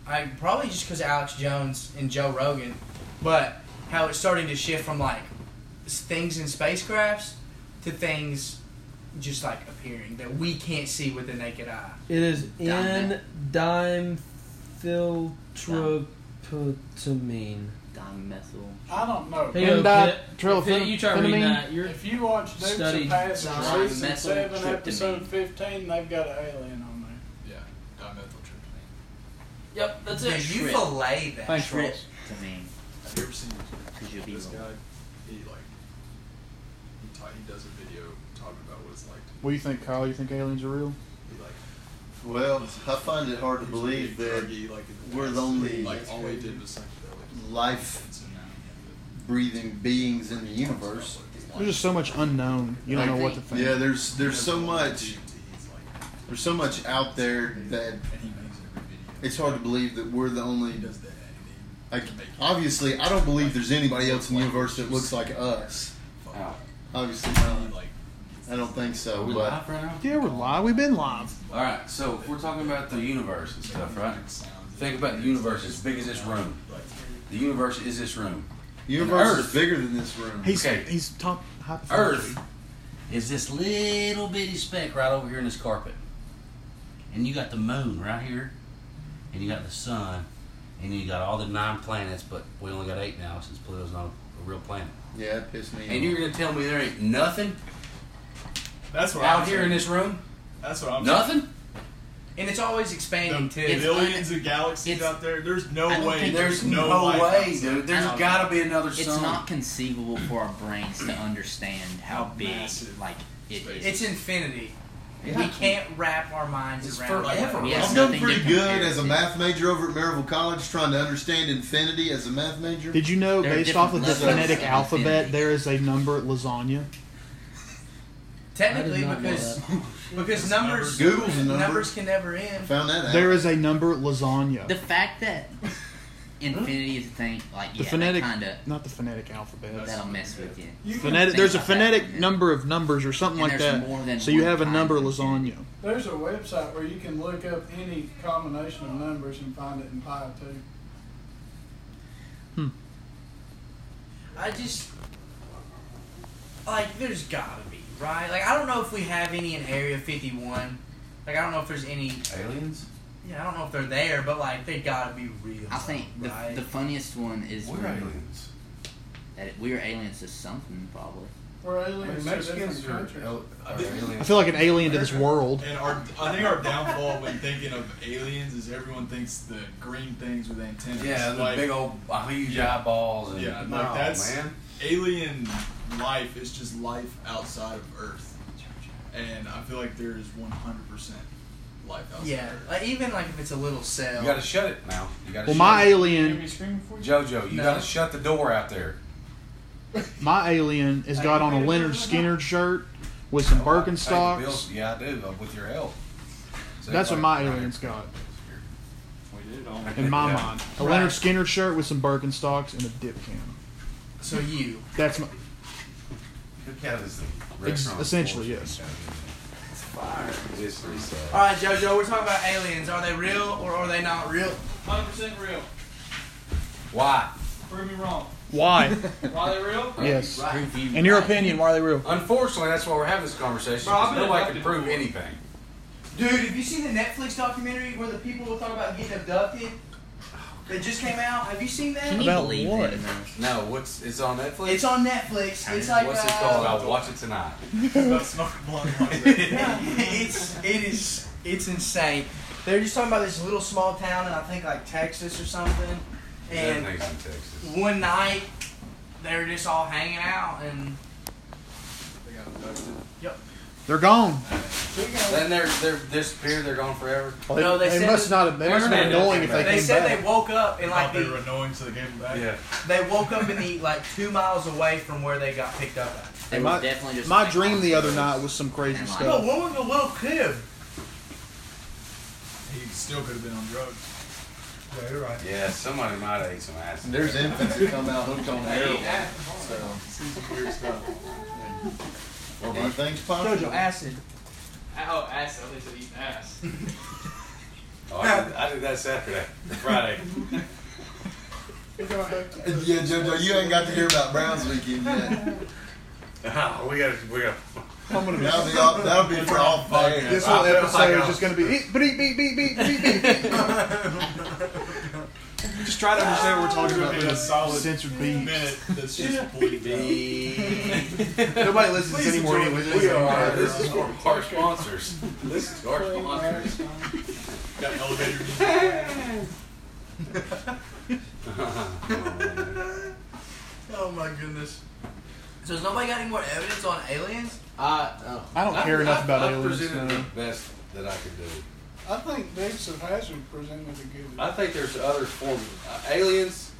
B: I probably just because Alex Jones and Joe Rogan, but how it's starting to shift from like s- things in spacecrafts to things just like appearing that we can't see with the naked eye.
C: It is
G: Dime-
C: in dime filtropotamine.
G: Dimethyl.
F: I don't know.
C: Here you go,
D: uh,
A: Endot-
C: Pitt.
A: trilophen-
C: Pitt, you try reading
A: phenamine?
C: that. You're
F: If you watch Dukes
C: Study
F: of Pass
G: John
F: season
G: Method
F: seven,
G: Tryptamine.
F: episode fifteen, they've got an alien on there.
E: Yeah, dimethyltryptamine.
G: Yep, that's
B: Dude, you fillet that.
A: Thanks,
G: Trip
A: Ross.
G: to me,
E: Have you ever seen
G: because you'll be
E: this
G: wrong.
E: guy? He like he ta- he does a video talking about what it's like to
A: What do you think, Kyle? You think aliens are real?
E: be like
H: Well, I find it hard to believe that
E: druggy, like in
H: we're the
E: past.
H: only-
E: like all they did was psychedelics.
H: life
E: So now he
H: breathing beings in the universe.
E: has a-
A: There's just so much unknown. You don't
G: I
A: know what to think.
G: think-
H: Yeah, there's there's so much
E: He's like,
H: there's so much out there that
E: and he makes every video.
H: it's hard to believe that we're the only
E: He does that and
H: like obviously I don't believe there's anybody else in the universe that looks like us.
D: Out.
H: Obviously
E: he
H: not.
E: like
H: I don't think so,
D: Are we
H: but
D: live right now?
A: Yeah, we're live. We've been live.
D: All right. So if we're talking about the universe and stuff, right?
E: sounds.
D: Think about the universe as big as this room.
E: Like
D: The universe is this room.
H: the universe
D: Earth.
H: is bigger than this room.
A: He's
D: Okay.
A: he's top hypothetically.
D: Earth is this little bitty speck right over here in this carpet. and you got the moon right here, and you got the sun, and you got all the nine planets, but we only got eight now since Pluto's not a real planet.
H: Yeah, it pissed me
D: And you're gonna tell me there ain't nothing
F: That's what I'm
D: out here
F: saying.
D: in this room?
F: That's what I'm
D: Nothing?
B: And it's always expanding too.
F: saying.
D: It's-
F: Billions of galaxies
D: it's-
F: out there. There's no
G: I don't
F: way.
G: think
F: There's
D: There's
F: no,
D: no
F: life
D: way,
F: outside-
D: dude. There's
F: out
D: gotta be another
G: It's
D: sun.
G: not conceivable for our brains to understand how
F: How
G: big,
F: massive
G: like it
F: space
G: is.
B: It's infinity. We
G: Yeah.
B: can't wrap our minds
D: It's
B: around that.
D: forever.
G: We
H: i
G: have
H: am doing
G: nothing to
H: pretty
G: compare
H: good
G: it
H: as a
G: to.
H: math major over at Maryville College trying to understand infinity as a math major.
A: Did you know,
G: There are
A: based
G: different
A: off of the
G: levels
A: phonetic
G: of
A: alphabet,
G: infinity.
A: there is a number lasagna?
B: Technically,
K: I did not know
B: because
K: that.
B: because numbers
H: Google's a number.
B: numbers can never end.
H: Found that out.
A: There is a number lasagna.
G: The fact that infinity is a thing, like
A: The
G: yeah,
A: phonetic-
G: kind of
A: Not the phonetic alphabet.
G: that'll mess with you.
A: Phonetic,
G: think
A: there's a
G: about that,
A: phonetic
G: man.
A: number of numbers or something
G: And
A: like
G: there's
A: that.
G: more than
A: So you
G: one
A: have a
G: kind
A: number
G: of
A: lasagna.
G: infinity.
L: There's a website where you can look up any combination of numbers and find it in pi too.
B: I just like there's gotta be right. Like I don't know if we have any in Area 51. Like I don't know if there's any.
D: Aliens?
B: Yeah, I don't know if they're there, but like they gotta be real.
G: I think the,
B: right?
G: the funniest one is
D: We're
G: when-
D: aliens.
G: that we're aliens to something probably.
L: We're aliens to
D: Mexicans
L: different
D: are,
L: countries.
D: al- are
A: I
D: aliens.
A: feel like an alien to this world.
F: And our, I think our downfall when thinking of aliens is everyone thinks the green things with antennas.
D: Yeah, the
F: like,
D: big old huge
F: Yeah.
D: eyeballs and
F: Yeah, like
D: no,
F: that's-
D: man.
F: alien life is just life outside of Earth, and I feel like there is 100 percent life outside.
B: yeah,
F: Of Earth.
B: like, even like if it's a little cell.
D: You gotta shut it now. You gotta
A: Well,
D: shut
A: my
D: it.
A: alien,
D: JoJo, you
B: No.
D: gotta shut the door out there.
A: my alien has got on a Leonard Skinner shirt with some
D: Oh, I can pay the
A: Birkenstocks.
D: bills. Yeah, I do. uh, With your help. So
A: That's what
D: like-
A: my alien's got
F: We did it all.
A: in my
D: Yeah.
A: mind. A
B: Right.
A: Leonard Skinner shirt with some Birkenstocks and a dip can.
B: So you.
A: That's my.
D: Good cat is the
A: Ex-
D: restaurant
A: essentially,
D: force.
A: yes.
D: It is pretty sad.
B: All right, JoJo, we're talking about aliens. Are they real or are they not real?
F: 100 percent real.
D: Why?
F: Prove me wrong.
A: Why?
F: Why they real?
A: yes.
D: Right.
A: In your opinion, why are they real?
D: Unfortunately, that's why we're having this conversation.
F: Bro, I've
D: 'cause
F: been
D: nobody can
F: abducted
D: prove
F: before.
D: anything.
B: Dude, have you seen the Netflix documentary where the people were talking about getting abducted? That just came out. Have you seen
G: Can
B: that?
G: you
A: About
G: believe
A: what?
G: that? man?
D: No, what's it's on Netflix.
B: It's on Netflix. It's like
D: What's
B: uh,
D: it called? I'll watch it tonight.
F: That's not one. Like
B: yeah, it's it is it's insane. They're just talking about this little small town in I think like Texas or something. And
D: Everything's in Texas.
B: one night they were just all hanging out and
A: They're gone.
D: Then they're they're disappear. They're gone forever.
B: No, they said-
A: must not have been. It must have been
D: they-
A: annoying if they,
B: they
A: came
B: said
A: back.
B: they woke up in like
F: Thought they were
B: the,
F: annoying, so they gave them back.
B: they woke up in the like two miles away from where they got picked up at.
G: They
A: Hey,
G: were
A: my-
G: definitely just
A: My
G: like
A: dream the other
G: monsters.
A: night was some crazy
G: And like-
B: But
A: stuff.
B: one was a little kid.
F: He still could have been on drugs.
B: Yeah, you're right.
D: Yeah, somebody might have ate some acid.
H: There's infants that come out hooked on heroin.
B: Yeah.
H: So,
F: Weird stuff.
H: well, anything's
B: Jojo,
H: possible.
B: acid.
F: Ow, ass. At least eat ass.
D: Oh, I, did, I did that Saturday, Friday.
H: Yeah, JoJo, you ain't got to hear about Browns weekend yet.
D: Ah, we got we got.
A: I'm gonna be-
H: That'll be, all, that'll be for all fans.
A: This whole
D: I feel
A: episode
D: like
A: is
D: I'm-
A: just going to be beep, beep, beep, beep, beep, beep, beep. Just try to understand what we're talking
F: It's been a
A: about.
F: solid
A: Censored beep.
F: minute. That's just bleeding.
A: Nobody listens anymore.
F: enjoy
A: anyway.
D: We are. This is for our sponsors. This is to our sponsors.
F: Got an elevator. music.
B: Oh my goodness. So has nobody got any more evidence on aliens?
K: I, oh.
A: I don't care enough about
D: I,
A: aliens. uh,
D: I uh, presented
A: no.
D: the best that I could do.
L: I think Dukes of Hazard presented a good
D: I think there's other forms. Uh, aliens,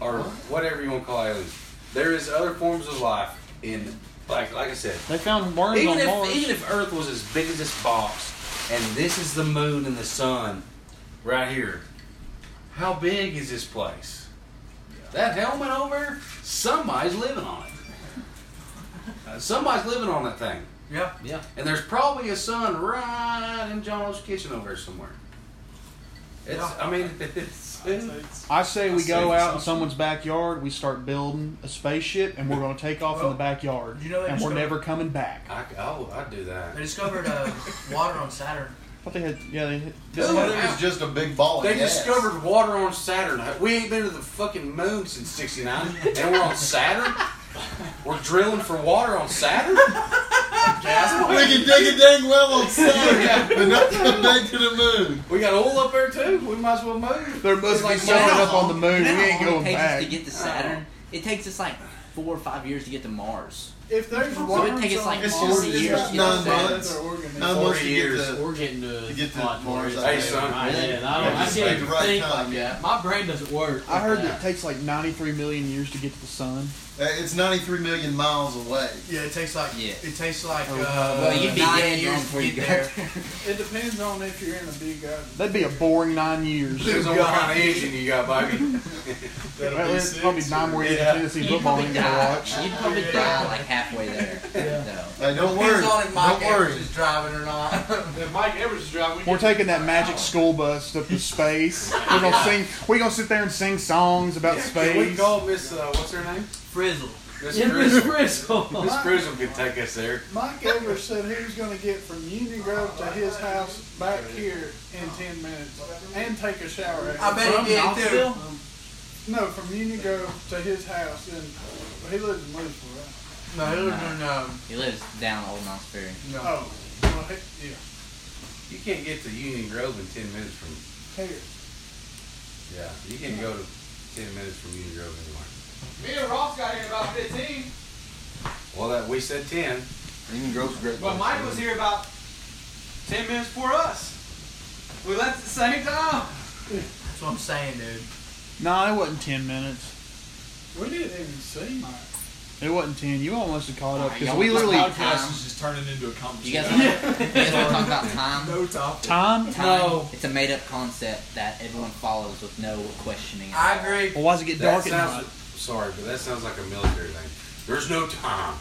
D: or whatever you want to call aliens. There is other forms of life in, like, like I said.
A: They found worms
D: Even
A: on
D: if,
A: Mars.
D: even if Earth was as big as this box, and this is the moon and the sun, right here. How big is this place? That helmet over, somebody's living on it. Uh, Somebody's living on that thing.
B: Yeah.
K: Yeah.
D: And there's probably a sun right in John O's kitchen over there somewhere. It's, I mean, it's,
F: It's-
A: I say we go
D: I say
A: out in
D: something.
A: someone's backyard, we start building a spaceship, and we're going to take off in the backyard.
B: you know they
A: and we're
B: discovered-
A: never coming back.
D: I, oh, I'd do that.
B: They discovered uh, water on Saturn.
A: thought they had. Yeah, they. Had,
H: This
D: Dude,
H: mother is just a big ball of
D: They
H: gas.
D: discovered water on Saturn. We ain't been to the fucking moon since '69, and we're on Saturn. We're drilling for water on Saturn.
H: We can dig a dang well on Saturn, but not connect to the moon.
D: We got oil up there too. We might as well move.
A: there must
D: Like,
A: be something
D: no.
A: up on the moon.
G: You
A: We
G: know
A: ain't
G: how long
A: going
G: it takes us
A: back.
G: to get to Saturn? It takes us like four or five years to get to Mars.
E: If there's
G: So it takes us like
H: It's
G: forty
H: just- it's
G: years
H: not
G: to get to
H: nine
G: Saturn.
H: months.
E: Organized.
H: Nine months to get
D: years.
H: to-
C: We're getting to,
H: To get to
C: hot
H: Mars,
C: Mars.
H: I
D: Hey,
H: think.
D: son.
C: I, did. I
H: Yeah,
C: don't. I
H: just
C: can't
H: like
C: even
H: the right
C: think
H: time.
C: like that. My brain doesn't work.
A: I heard
C: like
A: that it takes like 93 million years to get to the sun.
H: Uh, It's 93 million miles away.
B: Yeah, it takes like
G: Yeah.
B: it takes like uh,
G: Well, you'd be
B: nine
G: dead long
B: years
G: before
B: to
G: you
B: get
G: got
B: there.
G: there.
E: It depends on if you're in a big guy.
A: That'd be a boring nine years.
D: Depends on what kind of engine you got, Bobby.
E: That'll
A: Well,
E: be
A: it's
E: six
A: probably nine more years
D: Yeah.
A: of Tennessee
G: You'd
A: football
G: probably
A: ain't gonna
G: die.
A: watch.
G: You'd probably die like halfway there. though.
H: Hey, don't worry.
B: Depends on if Mike
H: Don't worry.
B: Evans is driving or not.
E: or- If Mike Evers is driving, we
A: We're
E: get
A: taking that magic school bus up to space. We're gonna sing. We're gonna sit there and sing songs about
D: Can we
A: space.
D: call Miss uh, what's her name?
B: Frizzle.
D: Miss
C: Yeah, Miss
D: Grissom.
C: Frisco.
D: Miss Grissom could take us there.
E: Mike Evers said he was going to get from Union Grove to his house back here in 10 minutes and take a shower.
B: I
E: after.
B: bet he did too.
E: No, from Union Grove to his house, and well, he lives in Louisville, right?
B: No, he was doing um,
G: He lives down Old Knott's Ferry.
B: no.
E: Oh, well, he, yeah,
D: You can't get to Union Grove in ten minutes from.
E: here.
D: Yeah, you can go to ten minutes from Union Grove anywhere.
E: Me and Ross got here about 15,
D: Well, that we said ten.
H: Even Grove's great.
E: here about 10 minutes before us. We left at the same time.
B: That's what I'm saying, dude.
A: No, it wasn't ten minutes.
E: We didn't even see Mike.
A: It wasn't ten. You almost have
B: uh,
A: caught up
G: Ah,
A: because
G: y'all
A: we
G: was
A: literally
G: loud. Time.
E: is just turning into a
G: You guys,
E: conversation.
G: want, you guys want to talk about time?
E: No topic.
A: time.
G: Time.
C: No.
G: It's a made-up concept that everyone follows with no questioning. at
B: I
G: all.
B: agree.
A: Well, why does it get
D: That
A: dark at
D: sounds,
A: night?
D: sorry, but that sounds like a military thing. There's no time.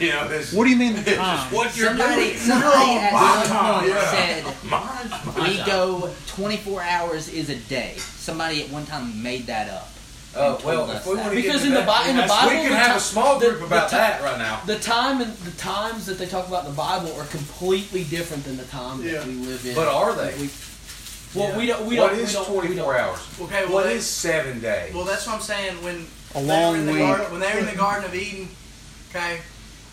D: you know, it's,
A: What do you mean
D: it's
A: time?
D: just what you're
G: Somebody,
D: doing.
G: somebody at some point
D: yeah.
G: said
D: Mine's my
G: we
D: time.
G: go 24 hours is a day. Somebody at one time made that up.
D: Uh, well,
G: told us
D: if we
G: that.
D: want to
C: Because
D: get
C: in the,
D: to that,
C: Bi- in the Bible,
D: we can
C: the
D: have
C: ti-
D: a small
C: the-
D: group about
C: the ti-
D: that right now.
C: The time and the times that they talk about in the Bible are completely different than the time
E: Yeah.
C: that we live in.
D: But are
C: That
D: they?
C: We, well, we don't. We
D: what
C: don't.
D: is
C: we don't, we
D: 24
C: don't,
D: hours?
B: Okay, well,
D: what
B: that-
D: is seven days?
B: Well, that's what I'm saying. When
A: A
B: they were
A: long
B: in the
A: week.
B: Garden, when they were in the Garden of Eden, okay,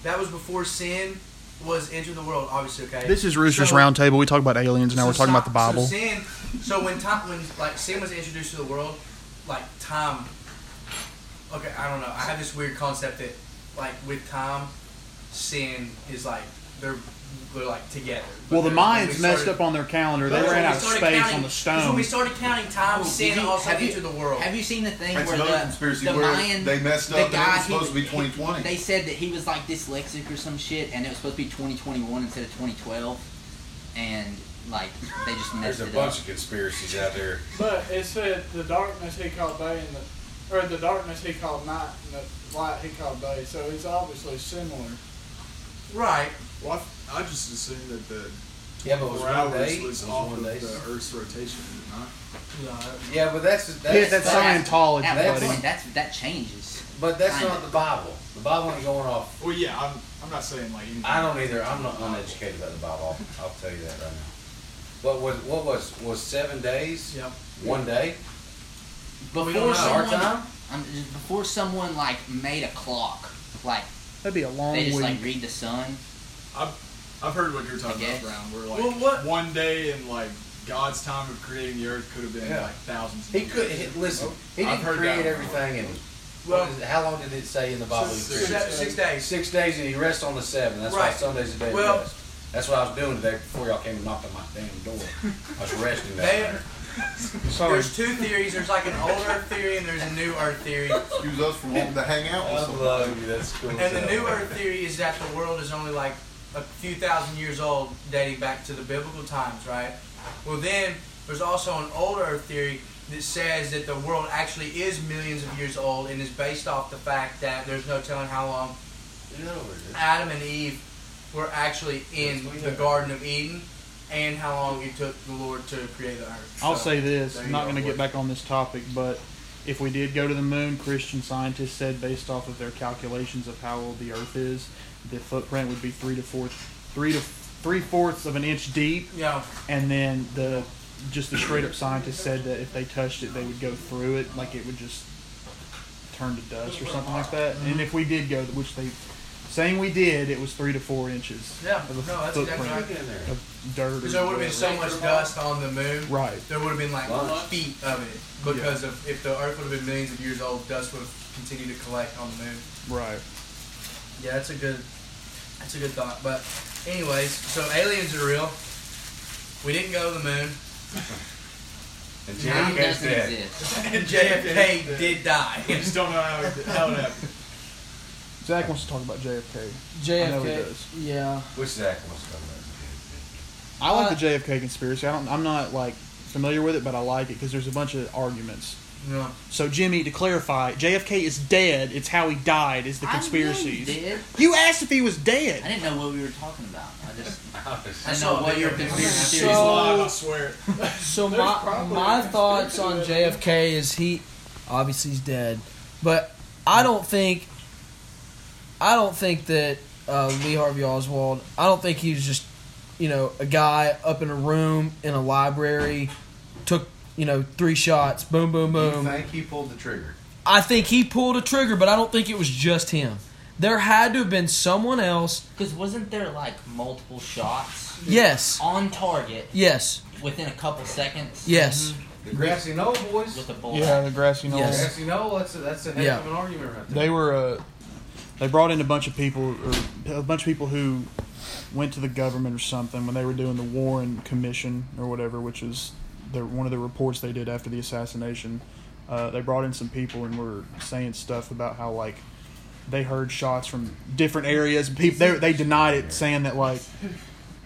B: that was before sin was entered the world. Obviously, okay.
A: This is Rooster's
B: So-
A: Roundtable. We talk about aliens. Now
B: So
A: we're talking about
B: si-
A: the Bible.
B: So sin. So when time, when like sin was introduced to the world, like time. Okay, I don't know. I have this weird concept that, like, with time, sin is like they're they're like together.
A: Well, the
B: Because when
A: Mayans
B: we
A: messed
B: started-
A: up on their calendar. They
B: because
A: ran
B: when we
A: out of
B: started
A: space
B: counting-
A: on the
B: because When
A: stone.
B: we started counting time,
G: Oh,
B: sin
G: did you-
B: also
G: have you-
B: entered the world.
G: Have you seen the thing
H: That's
G: where
H: another
G: the,
H: conspiracy
G: the
H: where
G: Mayan,
H: they messed
G: the
H: up and it
G: guy,
H: was
G: he
H: supposed to be
G: he-
H: 2020.
G: They said that he was like dyslexic or some shit, and it was supposed to be 2021 instead of 2012, and like they just messed
D: There's a
G: it
D: bunch
G: up.
D: of conspiracies out there.
E: But it said the darkness he called day and the, or the darkness he called night and the light he called day. So it's obviously similar.
B: Right.
E: Well, I, I just assumed that the
D: Yeah, but it was
E: four
D: one
E: hours
D: day. It
E: was
D: was
E: off
D: one
E: of
D: day.
E: the Earth's rotation, did it not?
D: Yeah, but that's that's,
A: Yeah, that's
G: that's-
A: Scientology,
G: At what
A: buddy.
G: point that's that changes.
D: but that's
G: Kinda.
D: not the Bible. The Bible ain't going off.
E: Well, yeah, I'm, I'm not saying like anything.
D: I don't either. I'm not uneducated about the Bible. I'll, I'll tell you that right now. What was what was was seven days?
B: Yep.
D: One day.
B: we
G: Before
B: don't know.
D: Our
G: someone,
D: time.
G: um, just before someone like made a clock, like
A: That'd be a long
G: they
A: week.
G: just like read the sun.
E: I've heard what you're talking
G: I
E: about,
G: guess.
E: Brown. Where like
B: Well, what-
E: one day in like God's time of creating the Earth could have been
D: Yeah.
E: like thousands. Of
D: He
E: years.
D: could he, listen. He
E: I've
D: didn't
E: heard
D: create
E: that.
D: everything in.
B: Well-
D: Well, how long did it say in the Bible? he
E: Six
D: created?
B: Six, six days.
D: Six days and he rests on the seven. That's why
B: Right.
D: Sunday's a day
B: Well-
D: of rest. That's what I was doing today before y'all came and knocked on my damn door. I was resting down
B: They-
D: there.
A: Sorry.
B: There's two theories. There's like an old Earth theory and there's a new Earth theory.
H: Excuse us for wanting to hang out with someone.
D: love you. That's cool.
B: And the new Earth theory is that the world is only like a few thousand years old, dating back to the biblical times, right? Well, then there's also an old Earth theory that says that the world actually is millions of years old and is based off the fact that there's no telling how long Adam and Eve were actually in
D: Yes, we
B: the
D: know.
B: Garden of Eden and how long it took the Lord to create the earth.
A: I'll
B: So,
A: say this.
B: there
A: I'm
B: you
A: not
B: go.
A: going to get back on this topic, but if we did go to the moon, Christian scientists said based off of their calculations of how old the Earth is, the footprint would be three to four, three to three fourths of an inch deep,
B: Yeah.
A: and then the just the straight up scientist said that if they touched it, they would go through it, like it would just turn to dust or something like that.
B: Mm-hmm.
A: And if we did go, which they saying we did, it was three to four inches
B: Yeah,
A: of a
B: no, that's exactly
A: footprint
D: in there.
A: of dirt. or
B: Because there would have been
A: whatever.
B: so much dust on the moon.
A: right.
B: There would have been like
D: Lots.
B: feet of it because of if the Earth would have been millions of years old, dust would have continued to collect on the moon.
A: Right.
B: Yeah, that's a good, that's a good thought. But, anyways, so aliens are real. We didn't go to the moon,
D: And
G: Time
D: JFK's
G: doesn't
D: dead.
G: exist.
B: and JFK did die.
E: We just don't know how it, how it happened.
A: Zach wants to talk about JFK.
C: JFK.
A: I know he does.
C: Yeah.
D: Which Zach wants to talk about?
A: I like
C: Uh,
A: the JFK conspiracy. I don't. I'm not like familiar with it, but I like it because there's a bunch of arguments.
B: Yeah.
A: So Jimmy, to clarify, JFK is dead. It's how he died. Is the
G: I knew you
A: conspiracies?
G: did.
A: You asked if he was
G: I
A: dead.
G: didn't know what we were talking about. I just I
D: JFK?
G: didn't know what your
C: So-
G: conspiracy
E: He's
G: theory. was.
E: alive, I swear.
C: So
E: There's
C: my
E: probably
C: my
E: a
C: thoughts on JFK is he obviously he's dead, but I don't think I don't think that uh, Lee Harvey Oswald. I don't think he was just you know a guy up in a room in a library took you know three shots boom boom
D: You
C: boom.
D: think he pulled the trigger?
C: I think he pulled a trigger, but I don't think it was just him. There had to have been someone else.
G: Because wasn't there like multiple shots
C: Yes.
G: on target
C: Yes.
G: within a couple seconds?
C: Yes.
D: The grassy knoll boys.
G: With a bullet.
A: Yeah, the grassy knoll.
C: Yes.
D: Grassy knoll. That's a, that's a heck
C: Yeah.
D: of an argument right there.
A: They were. Uh, they brought in a bunch of people, or a bunch of people who went to the government or something when they were doing the Warren Commission or whatever, which is the, one of the reports they did after the assassination. Uh, they brought in some people and were saying stuff about how like they heard shots from different areas. and People they they denied it, saying that like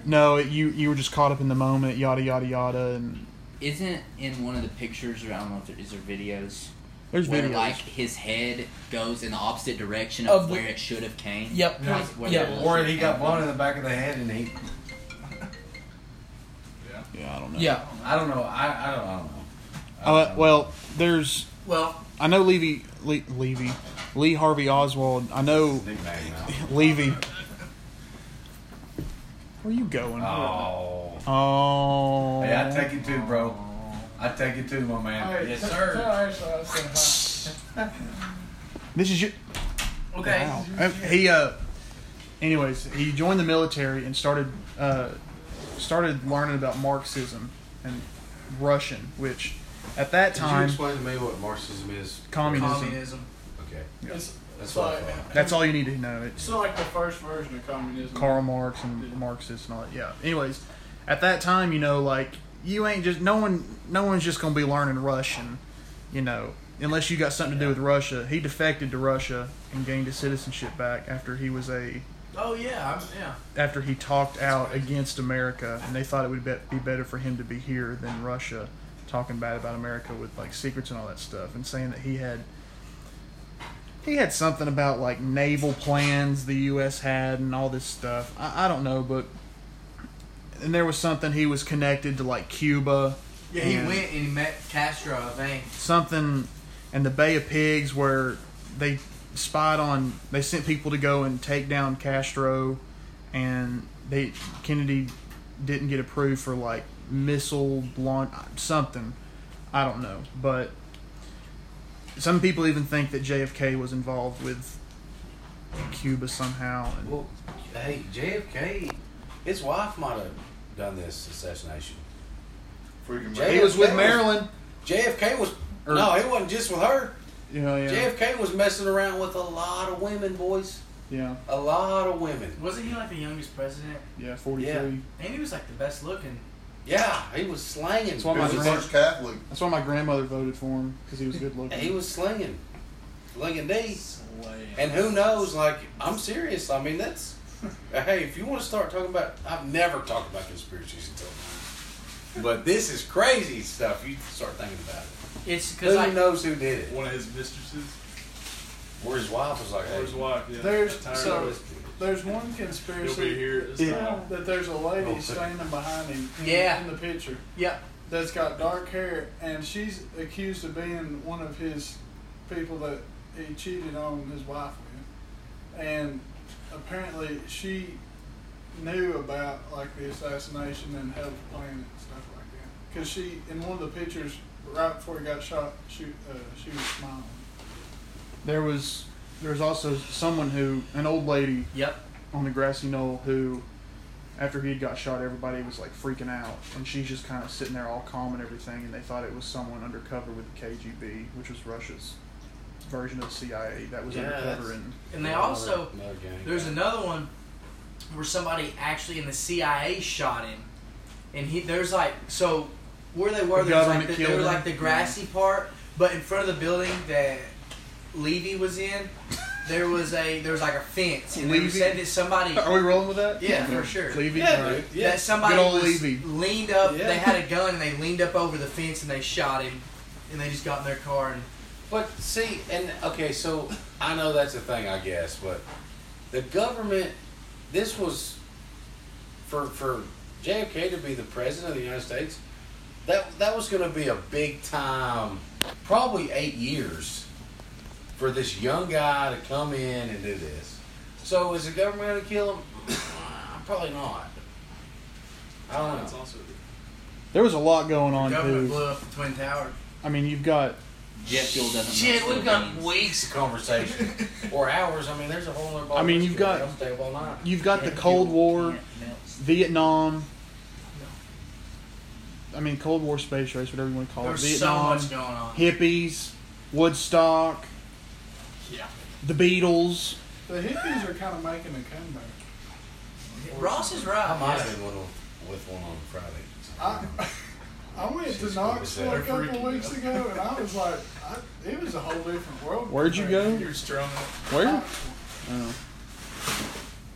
A: no, it, you you were just caught up in the moment, yada yada yada, and
G: Isn't in one of the pictures, or I don't know if there is there videos,
A: there's
G: where
A: videos.
G: like his head goes in the opposite direction
C: Of
G: of
C: the-
G: where it should have came.
C: Yep.
G: Like, where
C: Yep.
G: the bullet
D: Or
G: should
D: he
G: have
D: got
G: came
D: one
G: from.
D: in the back of the head, and he.
A: yeah, I don't know.
C: Yeah.
D: I don't know. I, I don't. I don't know. I don't
A: Uh,
D: know.
A: well, there's
B: Well,
A: I know Levy Le, Levy Lee Harvey Oswald. I know
D: Big bang now.
A: Levy. Where you going?
D: Oh.
A: Oh.
D: Hey, I take it too, bro. I take it too, my man. yes, sir.
A: This is your.
B: okay.
A: Wow. Uh, He uh. Anyways, he joined the military and started uh, started learning about Marxism and Russian, which at that
D: Could you
A: time
D: explain to me what Marxism is?
A: communism.
B: Communism.
D: Okay.
E: It's,
D: That's
E: it's,
D: what I
E: like,
D: thought.
A: That's all you need to know. It's
E: it's not like the first version of communism.
A: Karl Marx and Marxists and all that. Yeah. Anyways, at that time, you know, like you ain't just no one. No one's just gonna be learning Russian, you know, unless you got something to do with Russia. He defected to Russia and gained his citizenship back after he was a
B: Oh yeah, I'm, yeah.
A: after he talked out against America, and they thought it would be, be better for him to be here than Russia, talking bad about America with like secrets and all that stuff, and saying that he had he had something about like naval plans the U.S. had and all this stuff. I, I don't know, but and there was something he was connected to like Cuba,
B: Yeah, he
A: Yeah.
B: went and he met Castro, I think.
A: something, and the Bay of Pigs where they spied on they sent people to go and take down Castro and they Kennedy didn't get approved for like missile launch something I don't know but some people even think that JFK was involved with Cuba somehow and
D: Well, hey, JFK, his wife might have done this assassination.
H: Freaking
D: Jay-
H: right.
A: he was with
D: JFK
A: Maryland
D: JFK was.
A: Or-
D: no, it wasn't just with her.
A: you know yeah
D: JFK was messing around with a lot of women, boys.
A: yeah
D: A lot of women.
B: Wasn't he like the youngest president?
A: yeah 43
D: Yeah.
B: And he was like the best looking.
D: Yeah, he was slanging.
A: That's why
H: He
A: my
H: was the first Catholic.
A: that's why my grandmother voted for him because he was good looking
D: And he was slinging, slinging D.
E: Slay.
D: And who knows? Like, I'm serious. I mean, that's hey. If you want to start talking about, I've never talked about conspiracies until now. But this is crazy stuff. You start thinking about it.
B: It's
D: Who
B: because I
D: knows who did it?
E: One of his mistresses.
D: Or his wife was like,
E: Or
D: hey,
E: his wife, yeah.
J: There's-
E: Tired
J: so-
E: of
D: this
E: it.
D: dude.
J: There's one
E: He'll be
J: conspiracy
E: here at this
J: now
E: time.
J: that there's a lady
D: Oh.
J: standing behind him in,
B: Yeah.
J: in the picture
B: yeah.
J: that's got dark hair, and she's accused of being one of his people that he cheated on his wife with. And apparently, she knew about like the assassination and Hell's Planet and stuff like that. Because she, in one of the pictures, right before he got shot, she uh, she was smiling.
A: There was there was also someone who an old lady
B: Yep.
A: on the grassy knoll who after he had got shot everybody was like freaking out and she's just kind of sitting there all calm and everything and they thought it was someone undercover with the KGB which was Russia's version of the CIA that was
D: Yeah,
A: undercover
D: that's-
A: and
B: And they also
D: Another gang.
B: there's another one where somebody actually in the CIA shot him, and he there's like so where they were
A: The
B: there's like
A: government
B: the, they
A: killed
B: were
A: him?
B: like the grassy part, but in front of the building that Levy was in, there was a there was like a fence, and they
A: Levy? Oh.
B: said that somebody
A: are we rolling with that?
B: yeah for sure
A: Levy?
D: Yeah,
A: All right.
D: dude. Yeah.
B: that somebody
A: Good old
B: was
A: Levy.
B: leaned up.
D: Yeah.
B: They had a gun and they leaned up over the fence and they shot him, and they just got in their car and
D: But see, and okay, so I know that's a thing, I guess, but the government, this was for for JFK to be the president of the United States. That that was going to be a big time, probably eight years, for this young guy to come in and do this. So is the government going to kill him? probably not. I don't know.
E: That's uh, also
A: There was a lot going
B: the
A: on too.
B: government blew up the twin towers.
A: I mean, you've got
G: Jet fuel doesn't.
D: Shit,
G: mess
D: we've
G: with
D: got
G: beans.
D: weeks of conversation or hours. I mean, there's a whole other.
A: I mean, you've got-
D: I'll stay up all night.
A: you've got the
G: Jet
A: Cold
G: fuel
A: War.
G: can't melt.
A: Vietnam. I mean, Cold War space race, whatever you want to call it.
B: There's
A: Vietnam,
B: so much going on.
A: hippies, Woodstock,
E: Yeah.
A: the Beatles.
J: The hippies are kind of making a comeback.
B: Ross is
D: I
B: right.
D: might have been one on- with one on Friday.
J: I I went to
D: She's
J: Knoxville a
D: pretty
J: couple
E: freaky,
J: weeks
E: though.
J: ago, and I was like, I, it was a whole different world.
A: Where'd you go?
E: You're strumming
A: Where?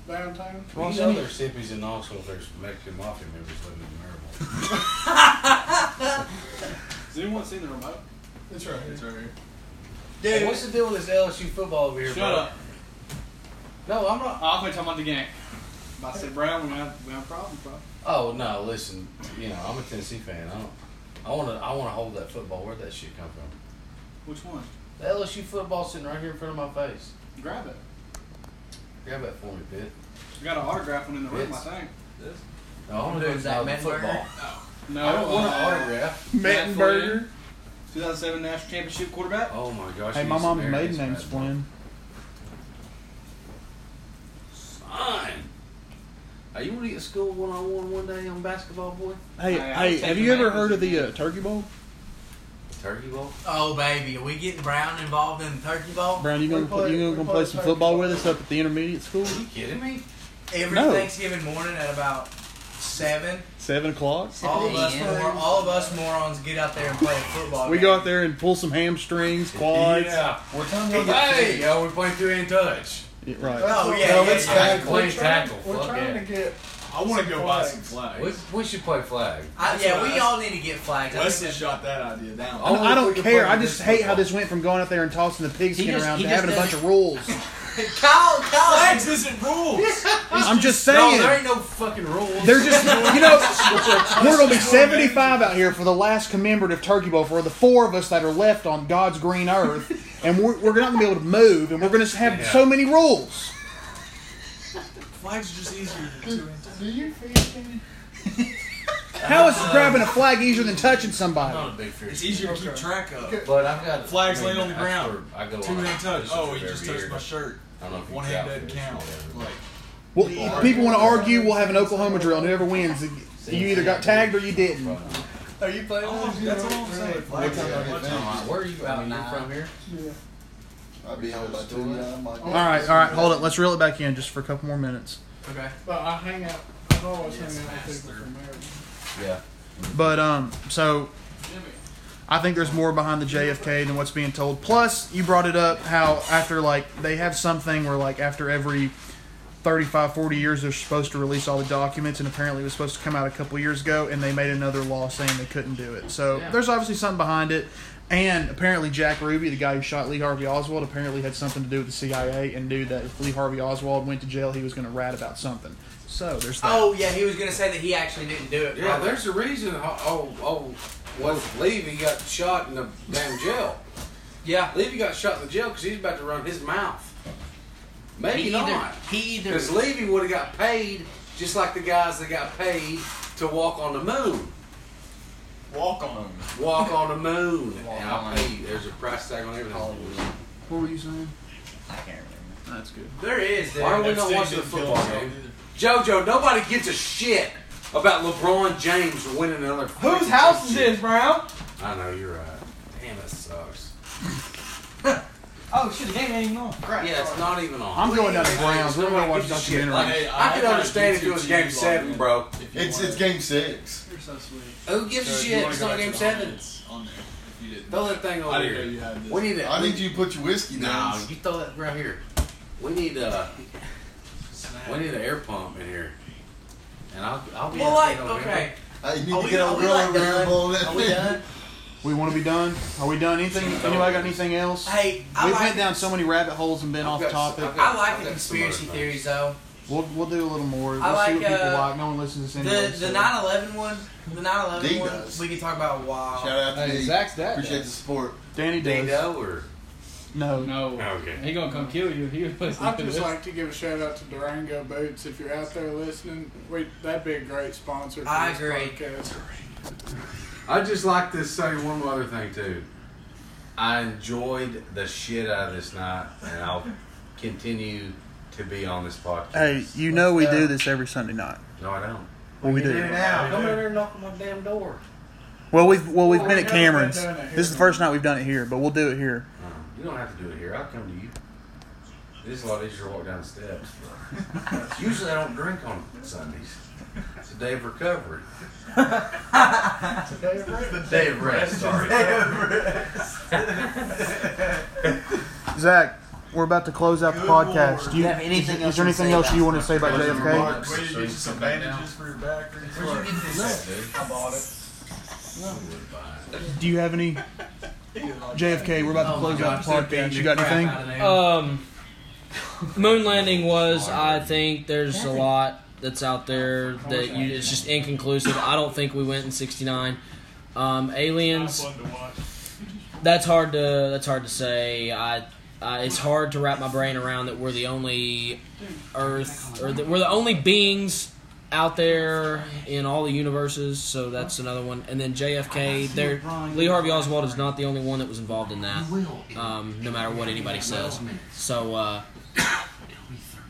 J: Downtown.
D: Well, you know there's hippies in Knoxville. There's Mexican mafia members living in Maryville.
E: Has anyone seen the remote?
J: That's right.
E: It's right here.
D: Dude, what's the deal with this LSU football over here?
E: Shut
D: bro?
E: up.
D: No, I'm not.
E: I'm going to talk about the game. If I said Brown, we have we have a problem, bro.
D: Oh no, listen. You know, I'm a Tennessee fan. I don't. I want to. I want to hold that football. Where'd that shit come from?
E: Which one?
D: The LSU football sitting right here in front of my face.
E: Grab it.
D: Grab that for me, Pitt.
E: We got an autograph one in the room,
D: It's-
E: I think.
D: No, I want
B: Dude,
D: to do
B: is that
D: that
B: Mettenberger?
D: football.
E: No,
D: I don't want an
E: uh,
D: autograph.
E: Matt
A: Mettenberger.
E: 2007 national championship quarterback.
D: Oh my gosh.
A: Hey,
D: you
A: my
D: need to
A: mom's
D: marry
A: maiden
D: this
A: name's
D: bad boy.
A: Flynn.
D: Son. Are you want to get school one on one one day on basketball, boy?
A: Hey,
E: Hey, I'll
A: hey,
E: take
A: have
E: the
A: you ever
E: Mac
A: heard of
E: with
A: the
E: you.
A: uh, Turkey Bowl?
D: Turkey bowl.
B: Oh baby, are we getting Brown involved in the turkey ball?
A: Brown, you gonna
C: We play-
A: play, you gonna,
C: we
A: gonna
C: play
A: play some
C: Turkey
A: football
C: Bowl.
A: with us up at the intermediate school?
D: Are you kidding me?
B: Every
A: No.
B: Thanksgiving morning at about seven,
A: Seven o'clock.
G: Seven
B: all of us
G: AM.
B: mor- all of us morons get out there and play a football.
A: We
B: game.
A: go out there and pull some hamstrings, quads.
D: Yeah, Oh, we're talking about. Hey, yo, we're playing three and touch.
A: Yeah, right.
B: Oh yeah,
H: No,
B: yeah,
H: it's
B: yeah.
D: I
H: Flag,
D: play tackle.
J: We're
D: Fuck
J: trying
D: it.
J: to get.
E: I want to go buy some flags.
D: We, we should play flag.
B: I-
E: That's
B: yeah,
E: what
B: we
E: I-
B: all need to get flags. I
E: Weston
B: think
E: shot that idea down.
D: Oh,
A: I
D: we
A: don't
D: can
A: care.
D: play
A: I just
D: this
A: hate how
D: football.
A: this went from going out there and tossing the pigskin
G: He just-
A: around
G: he
A: to
G: just
A: having a bunch
G: doesn't-
A: of rules.
B: that- Kyle, Kyle,
E: Flags isn't rules.
A: I'm just
D: No,
A: saying.
D: there ain't no fucking rules.
A: They're just, you know, we're gonna be 75 out here for the last commemorative Turkey Bowl for the four of us that are left on God's green earth, and we're, we're not gonna be able to move, and we're gonna have
D: Yeah.
A: so many rules.
E: flags are just easier than two and
J: Do you feel me?
A: How is grabbing a flag easier than touching
D: I'm
A: somebody?
D: not a big fan.
E: It's easier to keep track of.
D: But I've got
E: Flags laying on the
D: I
E: ground.
D: swear, I go
E: Two
D: on
E: hand touch.
D: this
E: Oh,
D: is
E: he just
D: every
E: touched
D: year.
E: my shirt.
D: I don't know if
E: One
D: you
E: hand
D: travel this
E: doesn't
D: or
E: count.
D: whatever.
E: Like,
A: Well, people want to argue. We'll have an Oklahoma drill, and whoever wins, you either got tagged or you didn't.
J: Are you playing?
E: oh,
J: with
E: that's
J: us?
E: all I'm saying.
H: What
E: Flags
H: time I get
E: are
H: back?
D: Uh, Where are you? I mean, you're from here.
J: Yeah.
H: I'll be home by two. yeah, I'm like-
A: All right, all right, hold it. Let's reel it back in just for a couple more minutes.
B: okay.
J: But I hang out. I've always
E: Yes,
J: hang out with
E: master.
J: people from Maryland.
D: Yeah.
A: But um, so I think there's more behind the JFK than what's being told. Plus, you brought it up how after like they have something where like after every 35, 40 years they're supposed to release all the documents, and apparently it was supposed to come out a couple years ago, and they made another law saying they couldn't do it. So there's obviously something behind it. And apparently Jack Ruby, the guy who shot Lee Harvey Oswald, apparently had something to do with the CIA and knew that if Lee Harvey Oswald went to jail, he was going to rat about something. So there's that.
B: Oh yeah, he was gonna say that he actually didn't do it.
D: Yeah, there's a reason. Oh, oh, oh was Levy got shot in the damn jail.
B: yeah.
D: Levy got shot in the jail because he's about to run his mouth. Maybe
G: He either,
D: not.
G: he either
D: Because Levy would have got paid Just like the guys that got paid to walk on the moon.
M: Walk on.
D: Walk on the moon.
M: Walk
D: and I'll
M: on.
D: pay you. There's a price tag on everything.
A: What were you saying?
G: I can't remember.
A: That's good.
B: There is, dude.
D: Why are we not
M: Epstein
D: watching the
M: didn't kill
D: football
M: himself
D: game?
M: either.
D: JoJo, nobody gives a shit about LeBron James winning another.
B: Whose
D: freaking
B: house is this,
D: championship.
B: Brown?
D: I know you're right. Damn, that sucks.
B: Oh shit, the game ain't even on. Crap.
D: Yeah, it's not even on.
A: I'm going down to Browns. We're going to watch
D: Gives a shit.
A: documentary.
D: Like,
M: Hey, I
D: I can
M: like
D: understand if it
M: YouTube
D: was Game
M: TV
D: Seven,
M: vlogging.
D: bro.
M: If you
H: It's
M: want
H: it's
M: it.
H: game six.
F: You're so sweet.
D: Who gives
M: So
D: a
M: if you
D: shit?
M: wanna
D: It's
M: go
D: not
M: back
D: Game
M: to the
D: Seven.
M: highlights on there. If you didn't.
D: Throw that thing
M: I
D: over
M: didn't know
D: here.
M: you had this.
D: We need
H: I
D: to.
H: need you to put your whiskey
D: No,
H: down.
D: you throw that right here. We need uh,
M: Snap.
D: we need an air pump in here. And I'll, I'll be.
B: Well,
D: out
B: like,
D: there on
B: okay.
H: I need
B: Are
H: to
B: we,
H: get
B: are
H: old
B: we
H: girl
B: like
H: over there and
B: done?
H: blow that
B: Are we
H: thing.
B: done?
A: We want to be done. Are we done? Anything? Anybody got anything else?
B: Hey, I
A: We've
B: like
A: went down so many rabbit holes and been
D: I've
A: off
D: got-
A: topic.
D: I've got-
B: I like
D: I've
B: the
D: got some other
B: conspiracy
D: things.
B: theories though.
A: We'll we'll do a little more. We'll
B: I
A: see what
B: like,
A: people
B: uh,
A: like. No one listens to this anyway.
B: The
A: so-
B: the 9/11 one, the 9/11
H: Dee
B: one,
H: does.
B: we can talk about wow.
H: Shout out to
C: Hey,
H: me.
C: Zach's dad.
H: Appreciate the
C: does.
H: support.
A: Danny does.
D: Dado or
A: No.
C: No.
D: Okay.
C: He gonna come kill you if you listen
F: I'd
C: to
F: just
C: this.
F: like to give a shout out to Durango Boots. If you're out there listening, we, that'd be a great sponsor for
B: I
F: this
B: agree.
F: podcast.
D: I just like to say one other thing too. I enjoyed the shit out of this night, and I'll continue to be on this podcast.
A: Hey, you know we do this every Sunday night.
D: No, I don't.
A: Well, we do.
G: now.
M: Come over
D: here and knock on my damn door.
A: Well, we've well we've been at
F: never been
A: Cameron's.
F: doing it here.
A: This is the first night we've done it here, but we'll do it here.
D: you don't have to do it here. I'll come to you. It is a lot easier to walk down the steps. but- Usually, I don't drink on Sundays. It's a day of recovery. The day of rest. Sorry.
A: Zach, we're about to close out the
M: Good
A: podcast.
M: Lord.
A: Do you,
G: Do you have anything
A: is,
G: else
A: is there
G: to
A: anything
G: say
A: else
G: about
A: you want to say about
D: Closing
A: JFK?
D: remarks.
M: Way to get you some bandages for your back. or anything.
B: Where'd you get this?
D: Dude,
M: I bought it.
A: Do you have any? JFK, we're about to
B: Oh
A: close
B: my
A: out the
B: gosh, they're
A: podcast.
B: beating
A: You
B: the
A: got
B: crap
A: anything?
B: out of them.
C: Um, moon landing was. I think there's a lot that's out there that you, it's just inconclusive. I don't think we went in '69. Um, aliens. That's hard to that's hard to say. I, I it's hard to wrap my brain around that we're the only Earth or that we're the only beings out there in all the universes. So that's another one. And then JFK. There, Lee Harvey Oswald is not the only one that was involved in that. Um, no matter what anybody says. So uh,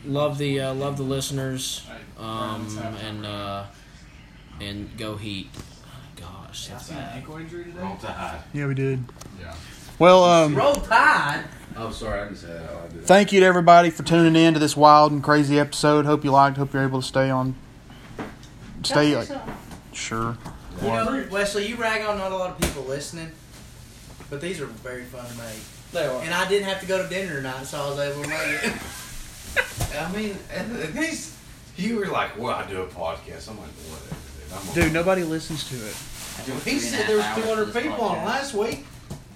C: love the uh, love the listeners. Um, and uh, and go heat. Gosh, that's bad.
D: Roll Tide.
A: Yeah, we did. Well, um,
B: Roll Tide.
D: Oh, sorry. I didn't say that. I did.
A: thank you to everybody for tuning in to this wild and crazy episode. Hope you liked. Hope you're able to stay on. Stay like, sure.
B: You know, Wesley, you rag on not a lot of people listening, but these are very fun to make.
C: They are.
B: And I didn't have to go to dinner tonight, so I was able to make it.
D: I mean, at least you were like, "Well, I do a podcast." I'm like, "Whatever, dude." I'm gonna-
A: Dude, nobody listens to it.
D: Dude, he said there was 200 people on last week.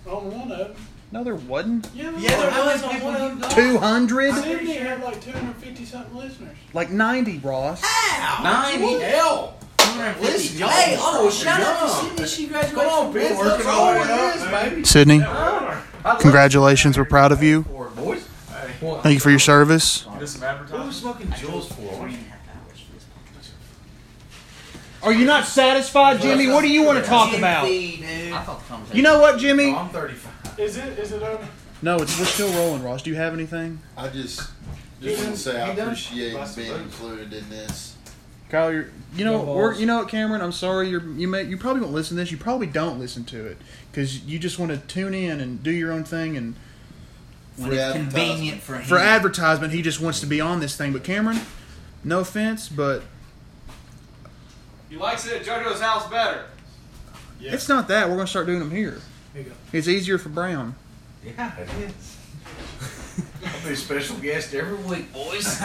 F: On one of them.
A: No, there wasn't.
B: Yeah, there
F: I
B: was
F: was on
B: people
F: one of
B: you-
F: them.
A: Two hundred,
F: Sydney had like 250 something listeners.
A: like ninety, Ross.
D: Ninety hell. Listen, y'all.
B: Hey, oh,
D: are
B: shout out to
D: young.
B: Sydney. She graduated.
D: Come on,
B: from
D: Ben.
B: North
D: Let's roll with this, baby.
A: Sydney,
D: I love
A: congratulations. We're proud of you.
D: for it, boys.
A: Thank you for your service.
M: Get us some
D: What are we
M: advertising.
D: smoking Jules for?
C: Are you not satisfied, Jimmy? What do you want to talk about?
B: Jimmy, dude.
G: I thought the conversation.
A: You know what, Jimmy?
D: No, I'm 35.
F: Is it? Is it on?
A: No, it's, we're still rolling, Ross. Do you have anything?
H: I just just want to say I
D: You done?
H: appreciate
D: Lost
H: being
D: the vote.
H: included in this.
A: Kyle, you're, you know,
C: No
A: we're,
C: balls.
A: you know what, Cameron? I'm sorry. You're, you may, you probably won't listen to this. You probably don't listen to it because you just want to tune in and do your own thing. And
G: When
H: Free
G: it's
H: advertisement.
G: convenient for him.
A: for advertisement, he just wants to be on this thing. But Cameron, no offense, but
M: He likes it at JoJo's house better. Yeah.
A: it's not that. We're gonna start doing them here.
B: Here you go.
A: It's easier for Brown.
D: Yeah, it is. I'll be a special guest every week, boys.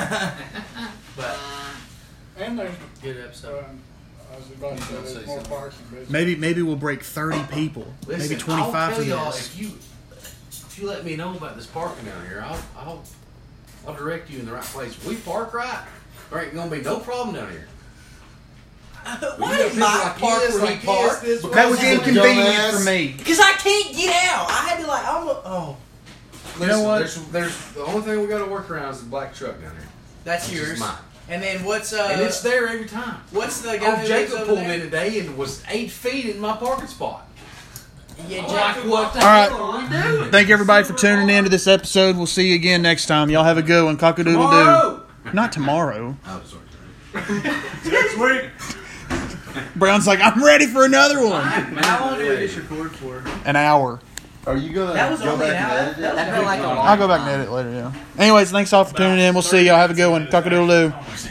B: But
F: And there's.
B: good episode.
F: Um, I was about to say
H: gonna say
F: there's more
H: something.
F: parking, but
A: Maybe maybe we'll break 30 people,
D: Listen,
A: maybe 25
D: I'll
A: for
D: tell y'all
A: this.
D: if you if you let me know about this parking down here, I'll I'll I'll direct you in the right place. If we park right, there ain't gonna be no problem down here.
B: Why did Mike park where he parked?
A: That was inconvenient
H: Dumbass.
A: for me.
B: Because I can't get out. I had to like, I'm a, oh,
D: You
A: know what?
D: There's, there's the only thing we got to work around is the black truck down here.
B: that's
D: which is
B: yours.
D: mine.
B: And then what's uh?
D: and it's there every time.
B: What's the guy
D: Oh,
B: who
D: Jacob
B: lives
D: pulled
B: over there?
D: in today and was eight feet in my parking spot.
B: Yeah,
D: I'm
B: Jacob.
D: like, what the
A: All right.
D: hell are we doing?
A: Thank everybody for tuning in to this episode. We'll see you again next time. Y'all have a good one. Cockadoodle
D: Tomorrow.
A: doo. Not tomorrow.
D: Oh, sorry.
N: Next week.
A: Brown's like, I'm ready for another one.
B: How long did this record for?
A: An hour.
H: Are you gonna
B: That was
H: go
B: only
H: back
B: an hour.
H: and edit it?
B: That was
G: felt like a long
A: I'll go back and edit it later. Yeah. Anyways, thanks all for tuning in. We'll see y'all. Have a good one. Cockadoodle doo.